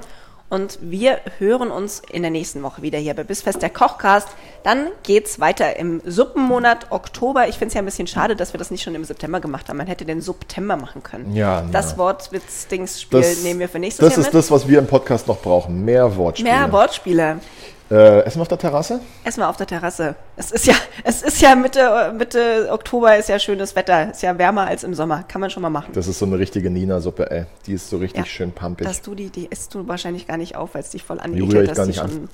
S2: Und wir hören uns in der nächsten Woche wieder hier bei Bissfest der Kochcast. Dann geht's weiter im Suppenmonat Oktober. Ich finde es ja ein bisschen schade, dass wir das nicht schon im September gemacht haben. Man hätte den September machen können.
S3: Ja,
S2: Das
S3: ja.
S2: Wort Witz-Dings-Spiel nehmen wir für nächstes
S3: Das
S2: Jahr
S3: ist
S2: mit.
S3: das, was wir im Podcast noch brauchen. Mehr Wortspiele.
S2: Mehr Wortspiele.
S3: äh, essen wir auf der Terrasse?
S2: Erstmal auf der Terrasse. Es ist ja, es ist ja Mitte, Mitte Oktober, ist ja schönes Wetter, ist ja wärmer als im Sommer. Kann man schon mal machen.
S3: Das ist so eine richtige Nina-Suppe, ey. Die ist so richtig
S2: ja.
S3: schön pumpig.
S2: Dass du die, die isst du wahrscheinlich gar nicht auf, weil es dich voll
S3: rühre
S2: anekelt,
S3: ich
S2: dass
S3: gar
S2: die
S3: nicht an.
S2: schon.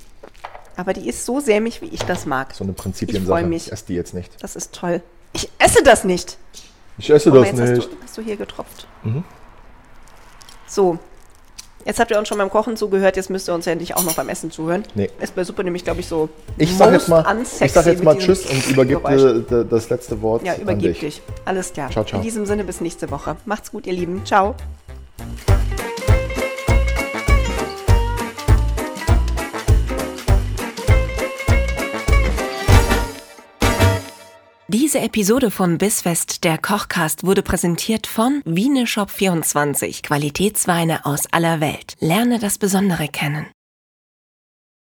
S2: Aber die ist so sämig, wie ich das mag.
S3: so eine
S2: Ich freue
S3: Prinzipiensache.
S2: mich.
S3: esse die jetzt nicht.
S2: Das ist toll. Ich esse das nicht.
S3: Ich esse
S2: Aber
S3: das
S2: jetzt hast
S3: nicht. Mhm.
S2: du, hast du hier getropft. So. Jetzt habt ihr uns schon beim Kochen zugehört, jetzt müsst ihr uns ja nicht auch noch beim Essen zuhören.
S3: Nee.
S2: Ist bei Suppe nämlich, glaube ich, so.
S3: Ich sag,
S2: most
S3: jetzt mal,
S2: unsexy
S3: ich sag jetzt
S2: mit
S3: mal
S2: diesem
S3: Tschüss und übergebe
S2: Geräusch.
S3: dir d- das letzte Wort
S2: Ja,
S3: an
S2: übergib
S3: dich.
S2: dich. Alles klar.
S3: Ciao, ciao.
S2: In diesem Sinne bis nächste Woche. Macht's gut, ihr Lieben. Ciao.
S1: Diese Episode von Bissfest, der Kochcast, wurde präsentiert von Wieneshop24, Qualitätsweine aus aller Welt. Lerne das Besondere kennen.